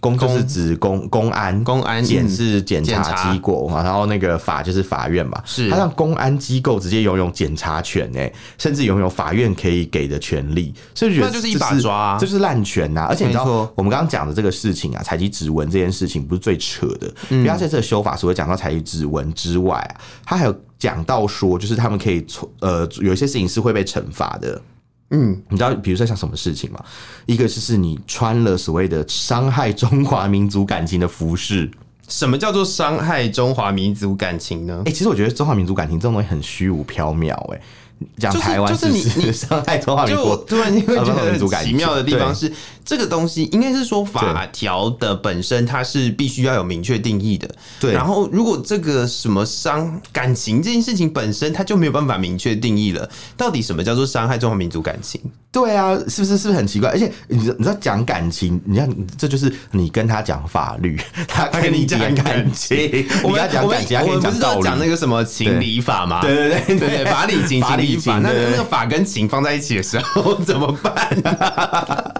Speaker 1: 公就是指公公安，
Speaker 2: 公安
Speaker 1: 检是检
Speaker 2: 检
Speaker 1: 察
Speaker 2: 察
Speaker 1: 机构嘛，然后那个法就是法院嘛，
Speaker 2: 是
Speaker 1: 他让公安机构直接拥有检察权诶、甚至拥有法院可以给的权利，所以我觉得
Speaker 2: 那就是
Speaker 1: 这
Speaker 2: 一把抓啊
Speaker 1: 这就是滥权呐、而且你知道
Speaker 2: 没错，
Speaker 1: 我们刚刚讲的这个事情啊，采集指纹这件事情不是最扯的，
Speaker 2: 嗯
Speaker 1: 因为他在这个修法除了讲到采集指纹之外啊，他还有讲到说，就是他们可以从呃有一些事情是会被惩罚的，
Speaker 2: 嗯
Speaker 1: 你知道，比如说像什么事情吗？一个就是你穿了所谓的伤害中华民族感情的服饰。
Speaker 2: 什么叫做伤害中华民族感情呢
Speaker 1: 哎、？其实我觉得中华民族感情这种东西很虚无缥缈、欸。哎，讲
Speaker 2: 就是
Speaker 1: 台湾
Speaker 2: 就是
Speaker 1: 不
Speaker 2: 你你
Speaker 1: 伤害中华民
Speaker 2: 就我
Speaker 1: 哎国，
Speaker 2: 突然间会觉
Speaker 1: 啊不是民族
Speaker 2: 得
Speaker 1: 感
Speaker 2: 很奇
Speaker 1: 情
Speaker 2: 妙的地方
Speaker 1: 对
Speaker 2: 是，这个东西应该是说法条的本身它是必须要有明确定义的。
Speaker 1: 对
Speaker 2: 然后如果这个什么伤感情这件事情本身它就没有办法明确定义了，到底什么叫做伤害中华民族感情？
Speaker 1: 对啊，是不是是不是很奇怪？而且你知道你知道讲感情，你看这就是你跟他讲法律，他
Speaker 2: 他跟
Speaker 1: 跟
Speaker 2: 你
Speaker 1: 你
Speaker 2: 讲
Speaker 1: 讲
Speaker 2: 感
Speaker 1: 感情，
Speaker 2: 我
Speaker 1: 你跟
Speaker 2: 们
Speaker 1: 他讲
Speaker 2: 我们
Speaker 1: 感情，他
Speaker 2: 我们不
Speaker 1: 跟你讲
Speaker 2: 是要
Speaker 1: 道理
Speaker 2: 讲。那个什么情理法吗？
Speaker 1: 对对对
Speaker 2: 对对，法理情
Speaker 1: 法
Speaker 2: 情
Speaker 1: 理
Speaker 2: 理法，
Speaker 1: 情
Speaker 2: 那
Speaker 1: 对对
Speaker 2: 那
Speaker 1: 对哦
Speaker 2: 个法跟情放在一起的时候 怎么办？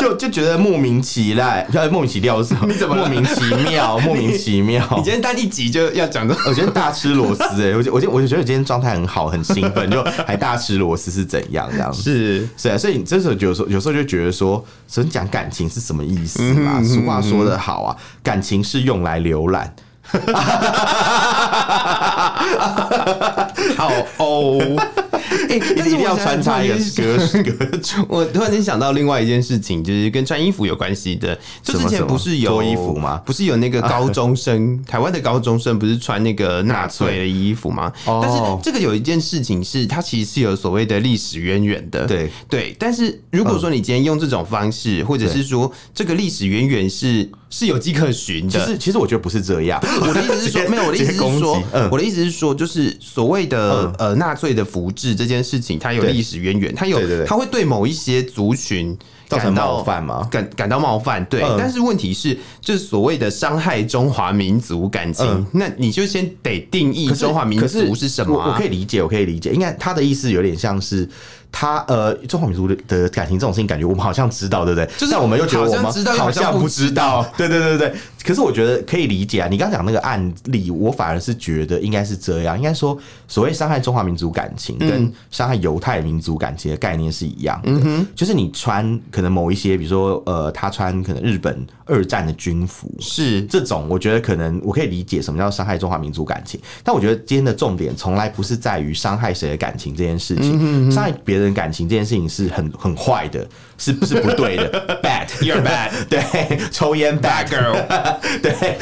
Speaker 1: 就就觉得莫名其妙，呃莫名其妙是 什么？
Speaker 2: 怎么了
Speaker 1: 莫名其妙？莫名其妙？
Speaker 2: 你今天单一集就要讲到
Speaker 1: 我今天大吃螺丝哎、欸，我就我就我就觉得我今天状态很好，很兴奋，就还大吃螺丝是怎样这样子？
Speaker 2: 是
Speaker 1: 是啊，所以你这时候有时候有时候就觉得说，所以讲感情是什么意思嘛？俗话说得好啊，感情是用来浏览。
Speaker 2: 好哦。哎、
Speaker 1: 一定要穿插一个
Speaker 2: 歌。
Speaker 1: 歌歌，
Speaker 2: 我突然间想到另外一件事情，就是跟穿衣服有关系的。就之
Speaker 1: 什
Speaker 2: 前
Speaker 1: 么
Speaker 2: 不是有
Speaker 1: 脱衣服吗
Speaker 2: 不是有那个高中 生，台湾的高中生不是穿那个纳粹的衣服吗？
Speaker 1: 哦
Speaker 2: 但是这个有一件事情是，它其实是有所谓的历史渊源的。
Speaker 1: 对
Speaker 2: 对，但是如果说你今天用这种方式，或
Speaker 1: 嗯
Speaker 2: 者是说这个历史渊源是是有迹可循
Speaker 1: 其
Speaker 2: 的，
Speaker 1: 实其实我觉得不是这样，
Speaker 2: 我的意思是
Speaker 1: 直
Speaker 2: 说，
Speaker 1: 接
Speaker 2: 没有，我的意思
Speaker 1: 直接攻
Speaker 2: 是
Speaker 1: 击
Speaker 2: 说，
Speaker 1: 嗯
Speaker 2: 我的意思是说，就是所谓的、呃纳粹的福祉这件事情，它有
Speaker 1: 对
Speaker 2: 历史渊源，它有
Speaker 1: 对对对
Speaker 2: 它会对某一些族群。
Speaker 1: 造成
Speaker 2: 感到
Speaker 1: 冒犯吗
Speaker 2: 感感到冒犯，对。
Speaker 1: 嗯
Speaker 2: 但是问题是，就是所谓的伤害中华民族感情，
Speaker 1: 嗯
Speaker 2: 那你就先得定义
Speaker 1: 可是
Speaker 2: 中华民
Speaker 1: 可
Speaker 2: 族是什么、啊
Speaker 1: 我？我可以理解，我可以理解。应该他的意思有点像是他呃，中华民族的的感情这种事情，感觉我们好像知道，对不对？
Speaker 2: 就是
Speaker 1: 但我们又觉得我们
Speaker 2: 好像知道又
Speaker 1: 好
Speaker 2: 好像
Speaker 1: 不
Speaker 2: 不
Speaker 1: 知道。对对对对对。可是我觉得可以理解啊。你刚讲那个案例，我反而是觉得应该是这样，应该说所谓伤害中华民族感情
Speaker 2: 嗯
Speaker 1: 跟伤害犹太民族感情的概念是一样的，就是你穿可能某一些，比如说呃，他穿可能日本二战的军服，
Speaker 2: 是
Speaker 1: 这种，我觉得可能我可以理解什么叫伤害中华民族感情，但我觉得今天的重点从来不是在于伤害谁的感情这件事
Speaker 2: 嗯
Speaker 1: 情，伤害别人感情这件事情是很很坏的，是是不对 的，bad，you're bad，对， 抽烟 bad girl，对，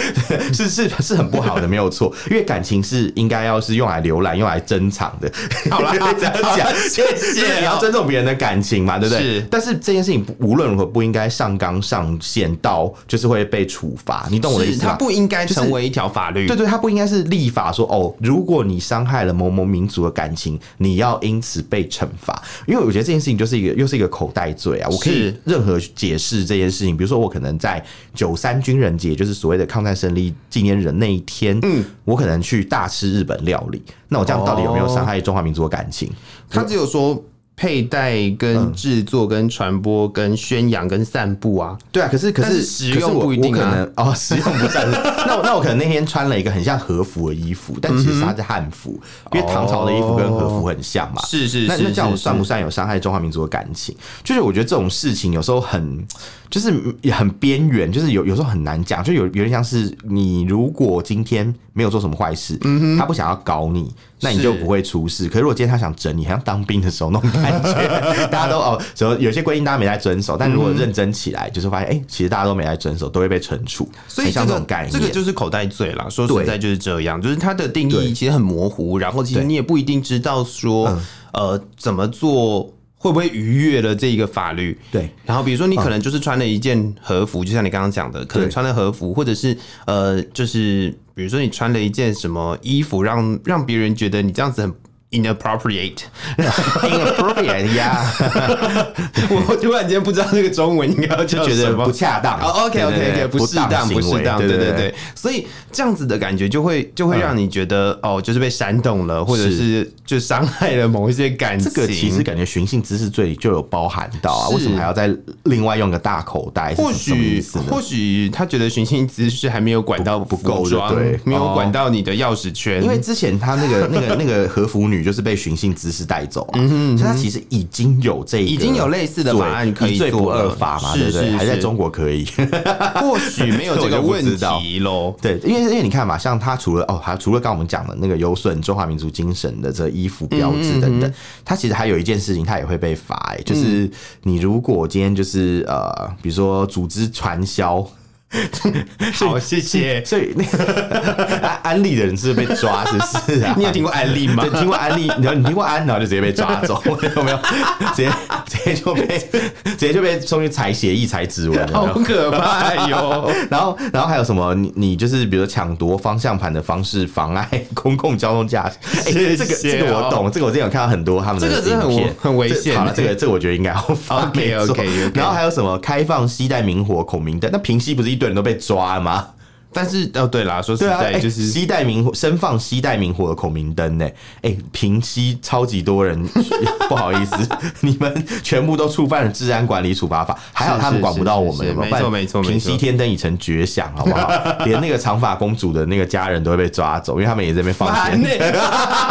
Speaker 1: 是是是很不好的，没有错，因为感情是应该要是用来浏览、用来珍藏的，
Speaker 2: 好啦
Speaker 1: 这样
Speaker 2: 好啦
Speaker 1: 讲，
Speaker 2: 谢谢
Speaker 1: 就是你要
Speaker 2: 哦
Speaker 1: 尊重别人的感情嘛，对不对？
Speaker 2: 是
Speaker 1: 但是这件事情不无论如何不应该上纲上线到就是会被处罚，你懂我的意
Speaker 2: 是
Speaker 1: 思
Speaker 2: 它
Speaker 1: 吗？
Speaker 2: 不应该
Speaker 1: 就是
Speaker 2: 成为一条法律。
Speaker 1: 对对，他不应该是立法说哦，如果你伤害了某某民族的感情，你要因此被惩罚。因为我觉得这件事情就是一个又是一个口袋罪啊，我可以
Speaker 2: 是
Speaker 1: 任何解释这件事情。比如说，我可能在九三军人节，就是所谓的抗战胜利纪念日那一天，嗯，我可能去大吃日本料理，那我这样到底有没有伤害中华民族的感情？
Speaker 2: 他只有说佩戴、跟制作、跟传播、跟宣扬、跟散布啊。
Speaker 1: 对啊，可是可
Speaker 2: 但
Speaker 1: 是
Speaker 2: 是实用不一定
Speaker 1: 可是
Speaker 2: 啊
Speaker 1: 我我可能哦， 实用不算是。那我那我可能那天穿了一个很像和服的衣服，但其实它是汉服，因为唐朝的衣服跟和服很像嘛。
Speaker 2: 嗯是是
Speaker 1: 那
Speaker 2: 是，
Speaker 1: 那这样我
Speaker 2: 是
Speaker 1: 算不
Speaker 2: 是
Speaker 1: 算有伤害中华民族的感情？就是我觉得这种事情有时候很，就是也很边缘，就是有有时候很难讲，就有有点像是你如果今天没有做什么坏事，他不想要搞你，那你
Speaker 2: 嗯是
Speaker 1: 就不会出事。可是如果今天他想整你，好像当兵的时候那种感觉， 大家都哦，什么有些规定大家没在遵守，但如果
Speaker 2: 嗯
Speaker 1: 认真起来，就是发现哎、其实大家都没在遵守，都会被惩处，
Speaker 2: 所以
Speaker 1: 很
Speaker 2: 这
Speaker 1: 像
Speaker 2: 个
Speaker 1: 种概念，
Speaker 2: 这个就是口袋罪啦。说
Speaker 1: 对
Speaker 2: 实在就是这样，就是它的定
Speaker 1: 对
Speaker 2: 义其实很模糊，然后其实
Speaker 1: 对嗯
Speaker 2: 你也不一定知道说、呃怎么做。会不会逾越了这一个法律？
Speaker 1: 对。
Speaker 2: 然后比如说你可能就是穿了一件和服，就像你刚刚讲的，可能
Speaker 1: 嗯对
Speaker 2: 穿了和服，或者是呃，就是比如说你穿了一件什么衣服，让让别人觉得你这样子很 inappropriate。
Speaker 1: inappropriate 呀，
Speaker 2: 我突然间不知道这个中文应该要叫
Speaker 1: 觉
Speaker 2: 什
Speaker 1: 得
Speaker 2: 么
Speaker 1: 不恰当。
Speaker 2: 哦，OK
Speaker 1: 对
Speaker 2: OK
Speaker 1: 对
Speaker 2: OK，
Speaker 1: 对
Speaker 2: 不适当，不
Speaker 1: 行为
Speaker 2: 适当，
Speaker 1: 对
Speaker 2: 对对
Speaker 1: 对
Speaker 2: 对。所以这样子的感觉就会就会让你觉得哦，就是被煽动了，或者是就伤害了某一些感情。
Speaker 1: 嗯这个其实感觉寻衅滋事罪里就有包含到啊，
Speaker 2: 是
Speaker 1: 为什么还要再另外用个大口袋？是
Speaker 2: 或
Speaker 1: 什么意
Speaker 2: 许
Speaker 1: 思呢
Speaker 2: 或许他觉得寻衅滋事还没有管到
Speaker 1: 不够
Speaker 2: 服
Speaker 1: 就
Speaker 2: 装
Speaker 1: 对
Speaker 2: 没
Speaker 1: 哦
Speaker 2: 有管到你的钥匙圈，
Speaker 1: 因为之前他那个那个那个和服女就是被寻衅滋事带走
Speaker 2: 嗯
Speaker 1: 啊，所以他其实已经有这一个
Speaker 2: 已经有类似的法案
Speaker 1: 罪
Speaker 2: 可以
Speaker 1: 一罪不
Speaker 2: 做
Speaker 1: 二
Speaker 2: 了
Speaker 1: 法嘛，
Speaker 2: 是
Speaker 1: 对不对？
Speaker 2: 是
Speaker 1: 还在
Speaker 2: 是
Speaker 1: 中国可以。
Speaker 2: 啊或许没有这
Speaker 1: 这我
Speaker 2: 个
Speaker 1: 就不
Speaker 2: 问
Speaker 1: 知道
Speaker 2: 题喽。
Speaker 1: 对，因为因为你看嘛，像他除了哦，还除了刚刚我们讲的那个有损中华民族精神的这衣服标
Speaker 2: 嗯
Speaker 1: 志等等，他其实还有一件事情，他也会被罚、欸，
Speaker 2: 嗯
Speaker 1: 就是你如果今天就是呃，比如说组织传销。
Speaker 2: 好，谢 谢。
Speaker 1: 所以那个安安利的人是被抓，是不是 啊？
Speaker 2: 你有听过案例吗
Speaker 1: 对，？听过安利，然后你听过安，然后就直接被抓走， 有没有？直接直接就被直接就被送去采协议、采指纹了。有没有
Speaker 2: 好可怕 哟！
Speaker 1: 然后，然后还有什么？你你就是比如说抢夺方向盘的方式，妨碍公共交通驾驶。
Speaker 2: 谢
Speaker 1: 哎、
Speaker 2: 谢
Speaker 1: 这个这个我懂，这个我之前有看到很多他们的
Speaker 2: 这个真的很
Speaker 1: 影片
Speaker 2: 危很危
Speaker 1: 这
Speaker 2: 险
Speaker 1: 好了，这个这个我觉得应该要发
Speaker 2: OK，OK，OK
Speaker 1: 没错
Speaker 2: OK，OK
Speaker 1: 然后还有什么开放西带明火、孔明灯？那平西不是一堆人都被抓了吗？
Speaker 2: 但是哦，对啦，说实
Speaker 1: 对啊，
Speaker 2: 在
Speaker 1: 哎
Speaker 2: 就是
Speaker 1: 西带明火，身放西带明火的孔明灯呢、哎、平西超级多人， 不好意思，你们全部都触犯了治安管理处罚法，还好
Speaker 2: 是
Speaker 1: 他们
Speaker 2: 是
Speaker 1: 管不
Speaker 2: 是
Speaker 1: 到
Speaker 2: 是
Speaker 1: 我
Speaker 2: 是
Speaker 1: 们，有有
Speaker 2: 没
Speaker 1: 不然
Speaker 2: 错没错没
Speaker 1: 平西
Speaker 2: 错
Speaker 1: 天灯已成绝响，好不好？ 连那个长发公主的那个家人都会被抓走，因为他们也在那边放
Speaker 2: 烦欸
Speaker 1: 钱。
Speaker 2: 呢、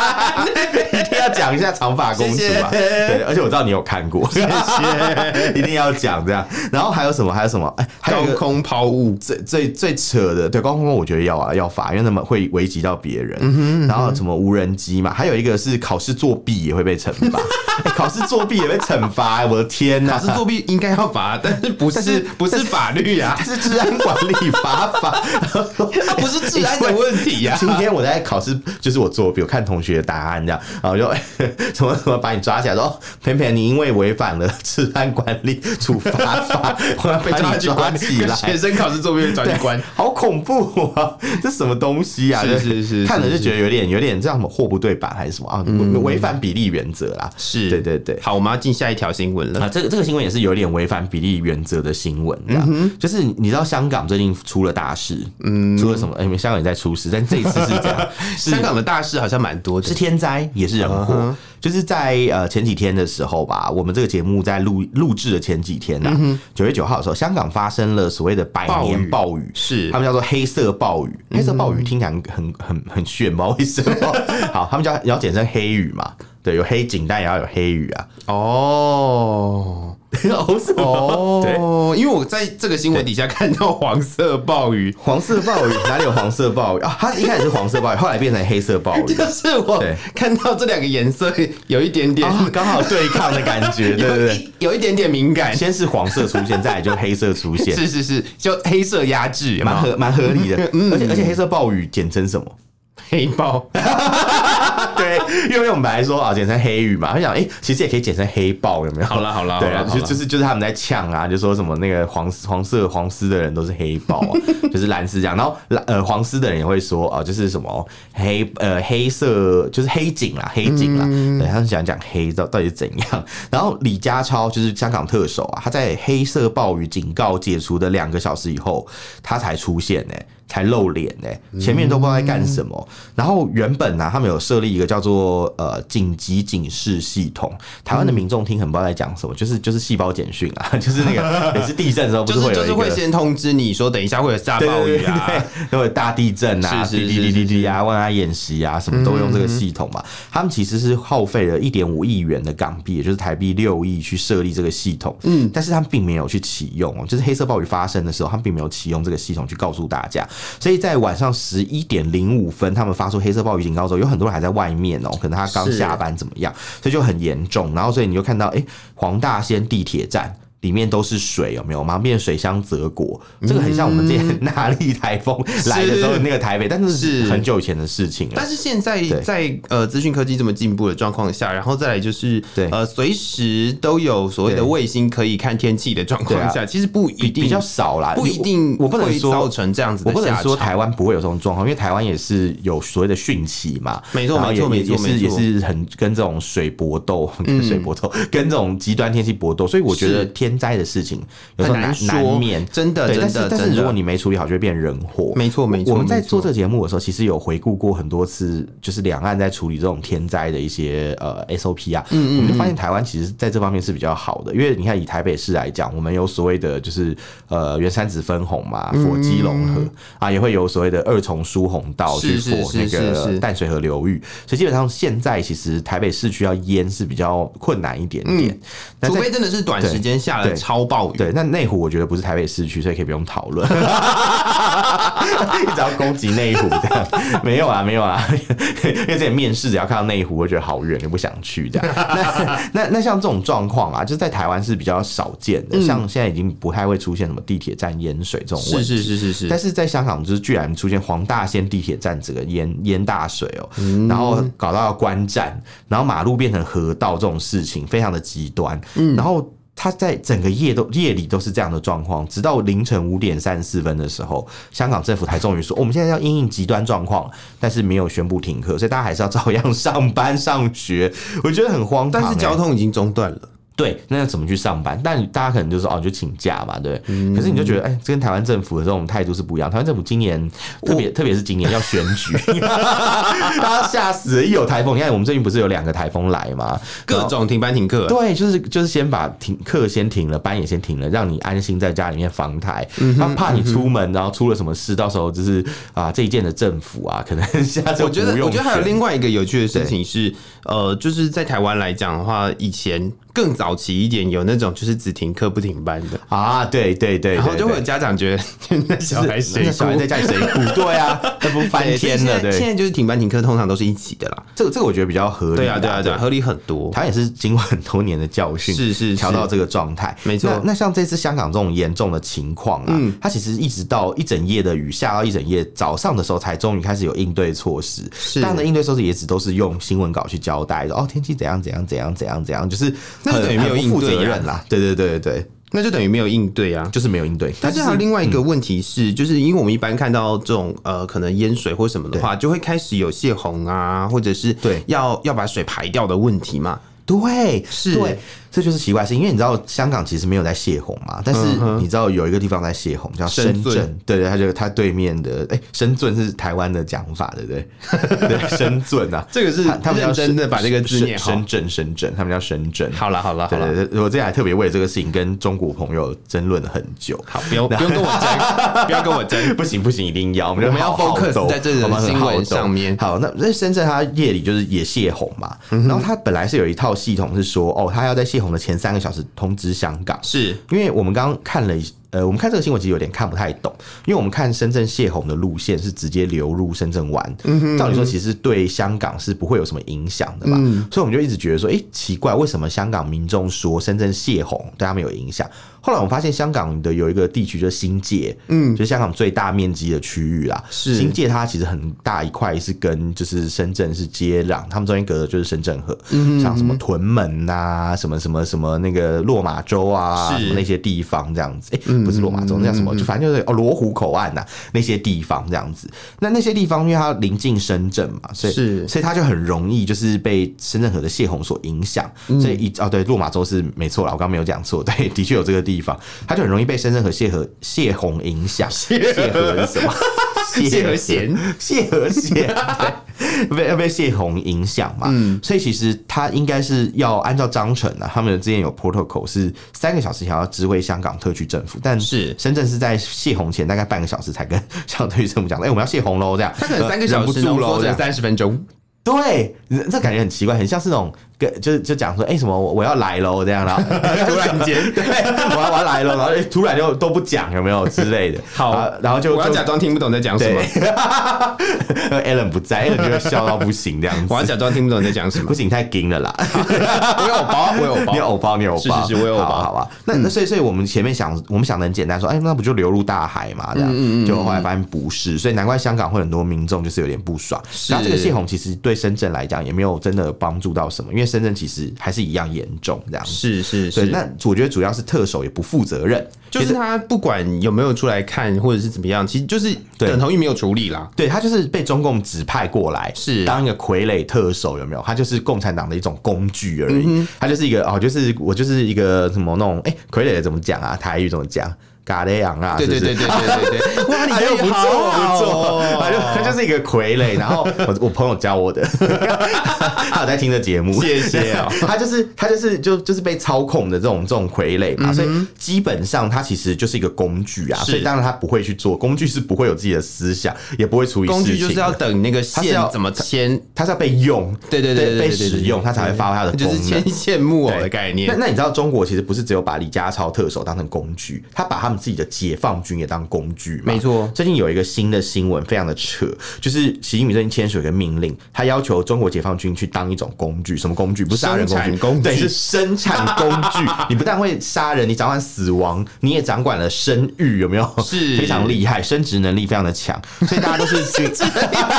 Speaker 1: 一定要讲一下长发公主吧，
Speaker 2: 谢谢
Speaker 1: 对，而且我知道你有看过，谢谢， 一定要讲这样。然后还有什么？还有什么？哎、还有一
Speaker 2: 高
Speaker 1: 个
Speaker 2: 空抛物，
Speaker 1: 最最最扯的，对高空空我觉得要啊要罚，因为他们会危及到别
Speaker 2: 嗯
Speaker 1: 人。然后什么无人机嘛，还有一个是考试作弊也会被惩 罚、哎考试作弊也被惩罚、哎我的天呐、
Speaker 2: 考 试啊作弊应该要罚，但是不是
Speaker 1: 但是
Speaker 2: 不是法律呀、啊
Speaker 1: 是治安管理法法，
Speaker 2: 它不是治安的问题呀、
Speaker 1: 今天我在考试，就是我作弊，我看同学的答案这样，然后我就哎、 哎、什么什么把你抓起来，说哦，培培你因为违反了治安管理处罚法， 我 要
Speaker 2: 被
Speaker 1: 把
Speaker 2: 抓
Speaker 1: 你
Speaker 2: 去
Speaker 1: 抓
Speaker 2: 关
Speaker 1: 起来。
Speaker 2: 学生考试作弊被抓去关
Speaker 1: 对。，好恐怖啊！这什么东西啊？
Speaker 2: 是
Speaker 1: 就是
Speaker 2: 是
Speaker 1: 看了
Speaker 2: 是
Speaker 1: 就是觉得有点有点这样什么货不对版还是什么啊？违违反比例原则啦，
Speaker 2: 是，
Speaker 1: 对对对。
Speaker 2: 好，我们要进下一条新闻了。
Speaker 1: 啊，这个这个新闻也是有点违反比例原则的新闻，这样、就是你知道香港最近出了大事，嗯，出了什么？哎、你们香港也在出事，但这一次是这 样，是
Speaker 2: 香港的大事好像蛮多的
Speaker 1: 是，天灾，也是人祸。就是在呃前几天的时候吧，我们这个节目在录录制的前几天呢、啊，九、月九号的时候，香港发生了所谓的百年暴雨，嗯
Speaker 2: 是
Speaker 1: 他们叫做黑色暴雨。黑色暴雨听起来很很很很炫，不知道为什么。 好，他们叫也要简称黑雨嘛。对，有黑警，但也要有黑雨啊！
Speaker 2: 哦
Speaker 1: 哦，什么？对，
Speaker 2: 哦，因为我在这个新闻底下看到黄色暴雨，
Speaker 1: 黄色暴雨哪里有黄色暴雨 啊？它一开始是黄色暴雨，后来变成黑色暴雨，
Speaker 2: 就是我
Speaker 1: 对
Speaker 2: 看到这两个颜色有一点点，
Speaker 1: 啊，刚好对抗的感觉，对对
Speaker 2: 有
Speaker 1: 对。
Speaker 2: 一有一点点敏感，
Speaker 1: 先是黄色出现，再来就黑色出现，
Speaker 2: 是是是，就黑色压制，有没嗯
Speaker 1: 蛮
Speaker 2: 有
Speaker 1: 合蛮合理的。而且而且黑色暴雨简称什么？
Speaker 2: 黑 豹，
Speaker 1: 对，因为我们本来说啊，简称黑雨嘛，他想哎、诶其实也可以简称黑豹，有没有？
Speaker 2: 好啦好啦
Speaker 1: 对
Speaker 2: 好
Speaker 1: 啊，
Speaker 2: 啦好
Speaker 1: 就
Speaker 2: 啦
Speaker 1: 就是就是他们在呛啊，就说什么那个黄丝黄色黄丝的人都是黑豹啊， 就是蓝丝这样，然后蓝呃黄丝的人也会说啊，就是什么黑呃黑色就是黑警啦，黑警啦，
Speaker 2: 嗯
Speaker 1: 对，他们想讲黑到到底是怎样。然后李家超就是香港特首啊，他在黑色暴雨警告解除的两个小时以后，他才出现呢、才露脸呢、
Speaker 2: 嗯
Speaker 1: 前面都不知道在干什么。然后原本呢、啊，他们有设立一个叫做呃紧急警示系统，台湾的民众听很不知道在讲
Speaker 2: 嗯
Speaker 1: 什么，就是就是细胞简讯啊， 就是 那个也是地震的时候不
Speaker 2: 就是是
Speaker 1: 会有
Speaker 2: 就
Speaker 1: 一
Speaker 2: 是
Speaker 1: 个
Speaker 2: 会先通知你说等一下会有大
Speaker 1: 对
Speaker 2: 暴雨
Speaker 1: 对对对
Speaker 2: 啊，
Speaker 1: 对，都有大地震啊，
Speaker 2: 是是
Speaker 1: 滴滴
Speaker 2: 是嗯
Speaker 1: 滴滴滴啊，万安演习啊，什么都用这个系统嘛。他们其实是耗费了一点五亿元的港币，也就是台币六亿去设立这个系统，嗯，但是他们并没有去启用哦，就是黑色暴雨发生的时候，他们并没有启用这个系统去告诉大家。所以在晚上十一点零五分，他们发出黑色暴雨警告的时候，有很多人还在外面哦，可能他刚
Speaker 2: 是
Speaker 1: 下班怎么样，所以就很严重。然后所以你就看到，哎、黄大仙地铁站。里面都是水，有没有？我们旁边水乡泽国，
Speaker 2: 嗯
Speaker 1: 这个很像我们之前 那莉台风来的时候那个台北，但是
Speaker 2: 是
Speaker 1: 很久以前的事情了
Speaker 2: 但。是现在
Speaker 1: 对
Speaker 2: 在呃资讯科技这么进步的状况下，然后再来就是
Speaker 1: 对
Speaker 2: 呃随时都有所谓的
Speaker 1: 对
Speaker 2: 卫星可以看天气的状况
Speaker 1: 对啊
Speaker 2: 下，其实不一
Speaker 1: 比
Speaker 2: 定
Speaker 1: 比较少啦，
Speaker 2: 不一定
Speaker 1: 我我不能
Speaker 2: 会
Speaker 1: 说
Speaker 2: 造成这样子的
Speaker 1: 我不能
Speaker 2: 下
Speaker 1: 说
Speaker 2: 场
Speaker 1: 台湾不会有这种状况，因为台湾也是有所谓的汛期嘛，
Speaker 2: 没错
Speaker 1: 然后也
Speaker 2: 没错
Speaker 1: 也
Speaker 2: 没错
Speaker 1: 也
Speaker 2: 没
Speaker 1: 是
Speaker 2: 错嗯
Speaker 1: 也是很跟这种水搏斗，跟水搏斗，跟这种极端天气搏斗，所以我觉得
Speaker 2: 是
Speaker 1: 天灾的事情有
Speaker 2: 很
Speaker 1: 时候
Speaker 2: 难
Speaker 1: 难
Speaker 2: 说，
Speaker 1: 难免。
Speaker 2: 真的
Speaker 1: 对，
Speaker 2: 真
Speaker 1: 但是
Speaker 2: 的
Speaker 1: 但
Speaker 2: 真
Speaker 1: 是
Speaker 2: 的
Speaker 1: 如果你没处理好，就会变人祸。
Speaker 2: 没错没错，
Speaker 1: 我们在
Speaker 2: 没
Speaker 1: 做
Speaker 2: 错
Speaker 1: 这个节目的时候，其实有回顾过很多次，就是两岸在处理这种天灾的一些呃 SOP 啊，
Speaker 2: 嗯
Speaker 1: 我们就发现台湾其实在这方面是比较好的，因为你看以台北市来讲，我们有所谓的就是呃原山子分红嘛，
Speaker 2: 嗯
Speaker 1: 佛基隆河、啊，也会有所谓的二重疏洪道去
Speaker 2: 是
Speaker 1: 佛
Speaker 2: 是
Speaker 1: 那
Speaker 2: 是是
Speaker 1: 个
Speaker 2: 是
Speaker 1: 淡水河流域，所以基本上现在其实台北市区要淹是比较困难一点
Speaker 2: 嗯
Speaker 1: 点，那
Speaker 2: 除
Speaker 1: 在
Speaker 2: 非真的是短时间下了
Speaker 1: 对
Speaker 2: 超暴雨，
Speaker 1: 对，那内湖我觉得不是台北市区，所以可以不用讨论。 一直要攻击内湖这样，没有啊，没有啊，因为之前面试只要看到内湖，我觉得好远，就不想去这样。那那那像这种状况啊，就是在台湾是比较少见
Speaker 2: 嗯
Speaker 1: 的，像现在已经不太会出现什么地铁站淹水这种问
Speaker 2: 是
Speaker 1: 题。
Speaker 2: 是是是是，
Speaker 1: 但是在香港，就是居然出现黄大仙地铁站整个淹淹大水哦、
Speaker 2: 嗯
Speaker 1: 然后搞到要关站，然后马路变成河道这种事情，非常的极端。
Speaker 2: 嗯
Speaker 1: 然后他在整个夜都夜里都是这样的状况，直到凌晨五点三十四分的时候，香港政府才终于说、哦我们现在要因应极端状况，但是没有宣布停课，所以大家还是要照样上班上学。我觉得很荒唐、
Speaker 2: 但是
Speaker 1: 欸
Speaker 2: 交通已经中断了。
Speaker 1: 对，那要怎么去上班？但大家可能就说哦，你就请假嘛，对。可是你就
Speaker 2: 嗯
Speaker 1: 觉得，哎、这跟台湾政府的这种态度是不一样。台湾政府今年特别，特别是今年要选 举，大家吓死了。一有台风，你看我们最近不是有两个台风来嘛，
Speaker 2: 各种停班停课，
Speaker 1: 对，就是就是先把停课先停了，班也先停了，让你安心在家里面防台。
Speaker 2: 嗯
Speaker 1: 他怕你出门，然后出了什么事，到时候就是啊，这一届的政府啊，可能现在就
Speaker 2: 我觉得
Speaker 1: 不，用
Speaker 2: 我觉得还有
Speaker 1: 选
Speaker 2: 另外一个有趣的事情是，呃，就是在台湾来讲的话，以前更早期一点有那种就是只停课不停班的，
Speaker 1: 啊，对对对，
Speaker 2: 然后就会有
Speaker 1: 对
Speaker 2: 家长觉得 那小孩
Speaker 1: 就是
Speaker 2: 谁
Speaker 1: 那小孩在家里谁 顾？对啊，那不翻天了，
Speaker 2: 现在
Speaker 1: 对。
Speaker 2: 就是停班停课通常都是一起的啦。
Speaker 1: 这个这个我觉得比较合理
Speaker 2: 对
Speaker 1: 啦，
Speaker 2: 啊，对啊，对啊，合理很多。
Speaker 1: 他也是经过很多年的教训，
Speaker 2: 是是是
Speaker 1: 调到这个状态，
Speaker 2: 没错嗯
Speaker 1: 那那像这次香港这种严重的情况啊，它其实一直到一整夜的雨下到一整夜，早上的时候才终于开始有应对措施。
Speaker 2: 是
Speaker 1: 当然的应对措施也只都是用新闻稿去交代，说哦天气怎样怎样怎样怎样怎样，就是
Speaker 2: 那
Speaker 1: 很
Speaker 2: 就等于没有
Speaker 1: 很不
Speaker 2: 应
Speaker 1: 负
Speaker 2: 对啊
Speaker 1: 责任啦。对对对对对，
Speaker 2: 那就等于没有应对啊。
Speaker 1: 就是没有应对。
Speaker 2: 但是还有另外一个问题是，就是因为我们一般看到这种呃，可能淹水或什么的话，就会开始有泄洪啊，或者是
Speaker 1: 对
Speaker 2: 要要把水排掉的问题嘛。
Speaker 1: 对，
Speaker 2: 是
Speaker 1: 对，这就是奇怪的事，因为你知道香港其实没有在泄洪嘛，但是你知道有一个地方在泄洪，叫
Speaker 2: 嗯深
Speaker 1: 深
Speaker 2: 圳
Speaker 1: 圳，对对，它就它对面的，哎、深圳是台湾的讲法，对不 对？对，深圳啊，
Speaker 2: 这个是
Speaker 1: 他他们叫
Speaker 2: 认真的把这个字念好
Speaker 1: 深深圳，深圳，他们叫深圳。
Speaker 2: 好了，好了，好
Speaker 1: 对
Speaker 2: 了，
Speaker 1: 对对，我这还特别为这个事情跟中国朋友争论了很久。
Speaker 2: 好，不用不用跟我 争，不要跟我争。
Speaker 1: 不行不行，一定要，我们
Speaker 2: 我
Speaker 1: 就
Speaker 2: 们要
Speaker 1: 好好
Speaker 2: focus
Speaker 1: 斗
Speaker 2: 在这个
Speaker 1: 我们很
Speaker 2: 新闻
Speaker 1: 好斗
Speaker 2: 上面嗯
Speaker 1: 好，那那深圳它夜里就是也泄洪嘛，然后它本来是有一套系统是说，哦，它要在泄洪的前三个小时通知香港，
Speaker 2: 是
Speaker 1: 因为我们刚刚看了一，呃，我们看这个新闻其实有点看不太懂，因为我们看深圳泄洪的路线是直接流入深圳湾，照理说其实对香港是不会有什么影响的嘛，所以我们就一直觉得说，诶，奇怪，为什么香港民众说深圳泄洪对他们有影响？后来我们发现香港的有一个地区就是新界，嗯，就是香港最大面积的区域啦，
Speaker 2: 是
Speaker 1: 新界它其实很大一块是跟就是深圳是接壤，他们中间隔的就是深圳河，像什么屯门呐、什么什么什么那个落马洲啊，
Speaker 2: 是
Speaker 1: 什么那些地方这样子，哎、不是落马洲，那叫什么？就反正就是哦罗湖口岸呐、那些地方这样子。那那些地方因为它临近深圳嘛，所以
Speaker 2: 是
Speaker 1: 所以它就很容易就是被深圳河的泄洪所影响，
Speaker 2: 嗯
Speaker 1: 所以一哦对，落马洲是没错啦，我刚刚没有讲错，对， 的确有这个地方，它就很容易被深圳河泄河泄洪影响，泄 河是什么？
Speaker 2: 谢和弦，
Speaker 1: 谢和弦对被被谢红影响嘛，
Speaker 2: 嗯
Speaker 1: 所以其实他应该是要按照章程啊，他们之前有 protocol 是三个小时前要知会香港特区政府，但
Speaker 2: 是
Speaker 1: 深圳是在谢红前大概半个小时才跟 香港特区政府讲，哎、我们要谢红喽，这样
Speaker 2: 他可能三个小
Speaker 1: 呃
Speaker 2: 时
Speaker 1: 忍
Speaker 2: 浓缩
Speaker 1: 不住喽，这
Speaker 2: 成
Speaker 1: 样
Speaker 2: 三十分钟，
Speaker 1: 对，这感觉很奇怪，很像是那种跟就是就讲说，哎、什么我我要来喽 这样，然后突
Speaker 2: 然间
Speaker 1: 对，我要我要来喽，然后哎突然就都不讲有没有之类的，
Speaker 2: 好
Speaker 1: 啊然后就
Speaker 2: 我要
Speaker 1: 就
Speaker 2: 假装听不懂在讲什么
Speaker 1: 对，，Allen 不在，Allen 就会笑到不行这样
Speaker 2: 我要
Speaker 1: 子。
Speaker 2: 假装听不懂在讲什么
Speaker 1: 不。行，太硬了啦！
Speaker 2: 我有包，我有
Speaker 1: 你有
Speaker 2: 包，
Speaker 1: 偶包，你有偶包，
Speaker 2: 是是是我有偶包嗯
Speaker 1: 好啊好吧？那那所以，所以我们前面想，我们想的很简单，说，哎，那不就流入大海嘛？
Speaker 2: 嗯
Speaker 1: 这样，就后来发现不是，所以难怪香港会很多民众就是有点不爽。然后这个泄洪其实对深圳来讲也没有真的帮助到什么，因为深圳其实还是一样严重这样子。
Speaker 2: 是是是，
Speaker 1: 对，那我觉得主要是特首也不负责任，
Speaker 2: 就是他不管有没有出来看，或者是怎么样，其实就是
Speaker 1: 对
Speaker 2: 等同于没有处理啦。
Speaker 1: 对他就是被中共指派过来，
Speaker 2: 是
Speaker 1: 当一个傀儡特首，有没有？他就是共产党的一种工具而已，
Speaker 2: 嗯
Speaker 1: 他就是一个哦，就是我就是一个什么那种哎、傀儡怎么讲啊？台语怎么讲？嘎雷昂啊，
Speaker 2: 对对
Speaker 1: 是不是
Speaker 2: 对对对对对，哇，
Speaker 1: 哎
Speaker 2: 这
Speaker 1: 呦，
Speaker 2: 个
Speaker 1: 不
Speaker 2: 好
Speaker 1: 错
Speaker 2: 好
Speaker 1: 不错，
Speaker 2: 哦
Speaker 1: 他就他就是一个傀儡。然后我我朋友教我的， 他有在听这节目，
Speaker 2: 谢谢哦
Speaker 1: 他就是他就是就就是被操控的这种这种傀儡嘛，所以基本上他其实就是一个工具啊，
Speaker 2: 嗯是
Speaker 1: 所以当然他不会去做，工具是不会有自己的思想，也不会处理
Speaker 2: 工具
Speaker 1: 事情
Speaker 2: 就是
Speaker 1: 的
Speaker 2: 要等那个
Speaker 1: 它是
Speaker 2: 线
Speaker 1: 要
Speaker 2: 怎么牵，
Speaker 1: 它是要被用，
Speaker 2: 对对对对
Speaker 1: 被
Speaker 2: 对对
Speaker 1: 使用，它才会发挥它的功
Speaker 2: 就是
Speaker 1: 能
Speaker 2: 牵。线木偶
Speaker 1: 对
Speaker 2: 的概
Speaker 1: 那
Speaker 2: 念。
Speaker 1: 那你知道中国其实不是只有把李家超特首当成工具，他把他们自己的解放军也当工具嘛？
Speaker 2: 没错
Speaker 1: 最近有一个新的新闻，非常的扯，就是习近平最近签署一个命令，他要求中国解放军去当一种工具，什么工具？不是杀人
Speaker 2: 生产
Speaker 1: 工具，
Speaker 2: 工具
Speaker 1: 对，是生产工 具。你不但会杀人，你掌管死亡，你也掌管了生育，有没有？
Speaker 2: 是
Speaker 1: 非常厉害，生殖能力非常的强，所以大家都是军，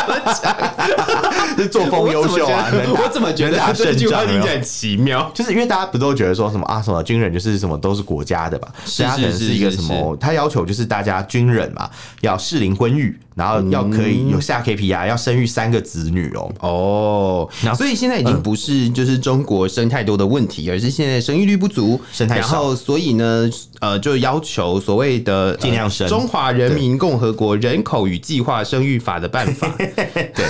Speaker 1: 就是作风优秀啊，能打
Speaker 2: 我怎么觉得
Speaker 1: 能打
Speaker 2: 我怎么觉得这
Speaker 1: 胜
Speaker 2: 句话
Speaker 1: 仗有没
Speaker 2: 听
Speaker 1: 有
Speaker 2: 起来很奇妙？
Speaker 1: 就是因为大家不都觉得说什么啊什么军人就是什么都是国家的吧？
Speaker 2: 是
Speaker 1: 所以他可能
Speaker 2: 是
Speaker 1: 是一个
Speaker 2: 是
Speaker 1: 什
Speaker 2: 是
Speaker 1: 么？他要求就是大家军人嘛，要适龄婚育，然后要可
Speaker 2: 嗯
Speaker 1: 以有下 KPI，要生育三个子女哦。
Speaker 2: 哦，所以现在已经不是就是中国生太多的问题，而是现在生育率不足，
Speaker 1: 生太
Speaker 2: 然
Speaker 1: 少
Speaker 2: 后所以呢，呃，就要求所谓的呃
Speaker 1: 尽量生
Speaker 2: 中华人民共和国人口与计划生育法》的办 法。对，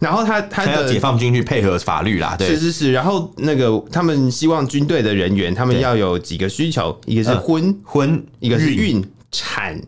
Speaker 2: 然后他他
Speaker 1: 还有
Speaker 2: 的
Speaker 1: 解放军去配合法律啦，
Speaker 2: 是
Speaker 1: 对，
Speaker 2: 是是，然后那个他们希望军队的人员，他们
Speaker 1: 对
Speaker 2: 要有几个需求，一个是
Speaker 1: 嗯
Speaker 2: 婚，
Speaker 1: 婚
Speaker 2: 一个是
Speaker 1: 育
Speaker 2: 孕产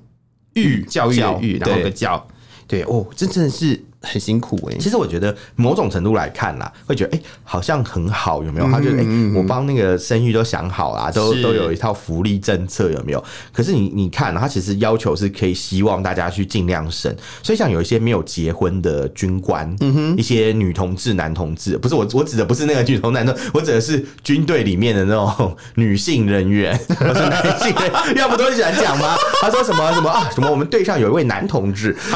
Speaker 2: 育教育的
Speaker 1: 教
Speaker 2: 育，然后
Speaker 1: 对
Speaker 2: 一个教，对哦，这真的是很辛苦 哎、
Speaker 1: 其实我觉得某种程度来看啦，会觉得哎、诶好像很好，有没有？他觉得哎、诶我帮那个生育都想好啦，都
Speaker 2: 是
Speaker 1: 都有一套福利政策，有没有？可是你你看啊，他其实要求是可以希望大家去尽量生，所以像有一些没有结婚的军官，嗯哼，一些女同志、男同志，不是我我指的不是那个女同男同，我指的是军队里面的那种女性人员， 我说男性人员，要不都喜欢讲吗？他说什么什么啊？什么我们队上有一位男同志，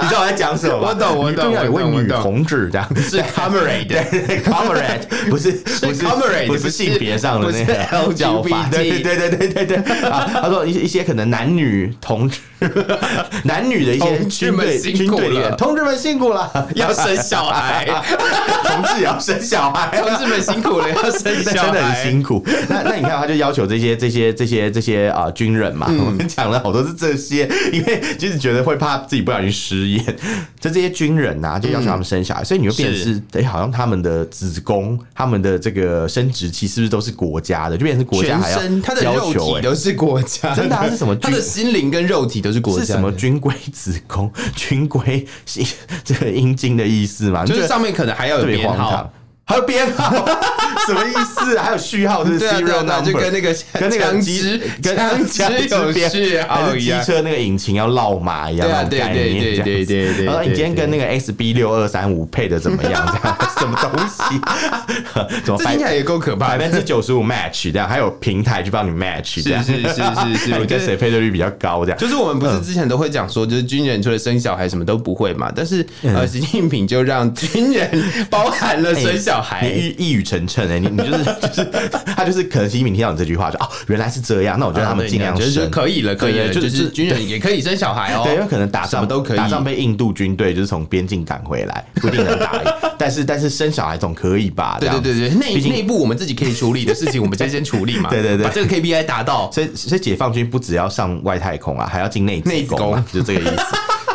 Speaker 1: 你知道我在讲什么吗？
Speaker 2: 我懂我懂
Speaker 1: 对啊，有位
Speaker 2: 我懂我
Speaker 1: 女
Speaker 2: 懂
Speaker 1: 同志这样，
Speaker 2: 是 comrade，
Speaker 1: comrade 不是不是
Speaker 2: comrade，
Speaker 1: 不
Speaker 2: 不是
Speaker 1: 是性别上的那
Speaker 2: 不
Speaker 1: 个
Speaker 2: 是
Speaker 1: 叫法，
Speaker 2: LGBT
Speaker 1: 对对对对对对对啊！他说一些一些可能男女同志 男女的一些
Speaker 2: 同志
Speaker 1: 军
Speaker 2: 们
Speaker 1: 队
Speaker 2: 辛苦
Speaker 1: 军队里面
Speaker 2: 了
Speaker 1: 同志们辛苦了，
Speaker 2: 要生小 孩，
Speaker 1: 同志也要生小 孩
Speaker 2: 同志们辛苦了，要生
Speaker 1: 那
Speaker 2: 小
Speaker 1: 真的很
Speaker 2: 孩。
Speaker 1: 辛苦。那那你看，他就要求这些这些这些这些啊、呃军人
Speaker 2: 嗯
Speaker 1: 嘛，我们讲了好多是这些，因为就是觉得会怕自己不小心失言，就这些军人呐、就要求他们生
Speaker 2: 嗯
Speaker 1: 小孩，所以你就变成是，哎、好像他们的子宫、他们的这个生殖器是不是都是国家的？就变成是国家
Speaker 2: 全
Speaker 1: 还要
Speaker 2: 身，他的
Speaker 1: 要
Speaker 2: 肉
Speaker 1: 求、
Speaker 2: 体
Speaker 1: 哎
Speaker 2: 都是国家，
Speaker 1: 真的啊是什么
Speaker 2: 他的心灵跟肉体都是国家
Speaker 1: 是
Speaker 2: 的，
Speaker 1: 什么军规子宫、 军规是这个阴茎的意思嘛？你
Speaker 2: 就
Speaker 1: 觉
Speaker 2: 是
Speaker 1: 得
Speaker 2: 上面可能还要有
Speaker 1: 特别
Speaker 2: 编
Speaker 1: 荒
Speaker 2: 号
Speaker 1: 唐，。还有编号，什么意思啊？还有序号，是 不是
Speaker 2: 对啊对
Speaker 1: serial
Speaker 2: 啊对啊，
Speaker 1: number，
Speaker 2: 就跟那个
Speaker 1: 跟那个
Speaker 2: 枪
Speaker 1: 机
Speaker 2: 支
Speaker 1: 跟
Speaker 2: 枪 支有
Speaker 1: 边
Speaker 2: 序
Speaker 1: 还
Speaker 2: 号
Speaker 1: 是
Speaker 2: 一
Speaker 1: 机
Speaker 2: 样，
Speaker 1: 车那个引擎要绕马一样
Speaker 2: 对啊
Speaker 1: 那种概
Speaker 2: 对
Speaker 1: 念
Speaker 2: 对
Speaker 1: 这样
Speaker 2: 对对对对
Speaker 1: 然后你
Speaker 2: 对
Speaker 1: 今天跟
Speaker 2: 对
Speaker 1: 那个 XB 六二三五配的 怎么样？这样什么东西？ 怎么
Speaker 2: 这听起来
Speaker 1: 百
Speaker 2: 也够可怕
Speaker 1: 百
Speaker 2: 的。
Speaker 1: 分之九十五 match 这样？还有平台去帮你 match 这样？
Speaker 2: 是是是是是
Speaker 1: 看你
Speaker 2: 我觉得
Speaker 1: 跟谁配对率比较高这样？
Speaker 2: 就是我们不是之前都会讲说，就是军人除了生小孩什么都不会嘛，但是
Speaker 1: 嗯
Speaker 2: 呃，习近平就让军人包含了生小 孩，
Speaker 1: 你一一语成谶哎、你你就是 就是他就是可能习近平听到你这句话就哦原来是这样，那我就让他们尽量
Speaker 2: 啊就是
Speaker 1: 生
Speaker 2: 说。可以了，可以了，
Speaker 1: 对就
Speaker 2: 就是是军人也可以生小孩哦，
Speaker 1: 对，因为可能打
Speaker 2: 什
Speaker 1: 仗
Speaker 2: 么都可以
Speaker 1: 打仗被印度军队就是从边境赶 回来，不一定能打赢。但是但是生小孩总可以吧？
Speaker 2: 对
Speaker 1: 这
Speaker 2: 对
Speaker 1: 样
Speaker 2: 对对，
Speaker 1: 毕
Speaker 2: 内
Speaker 1: 竟
Speaker 2: 内部我们自己可以处理的事情，我们就先处理嘛，
Speaker 1: 对对对
Speaker 2: 把这个 KPI 达到，
Speaker 1: 所以所以解放军不只要上外太空啊，还要进内
Speaker 2: 内子
Speaker 1: 宫啊，就这个意 思。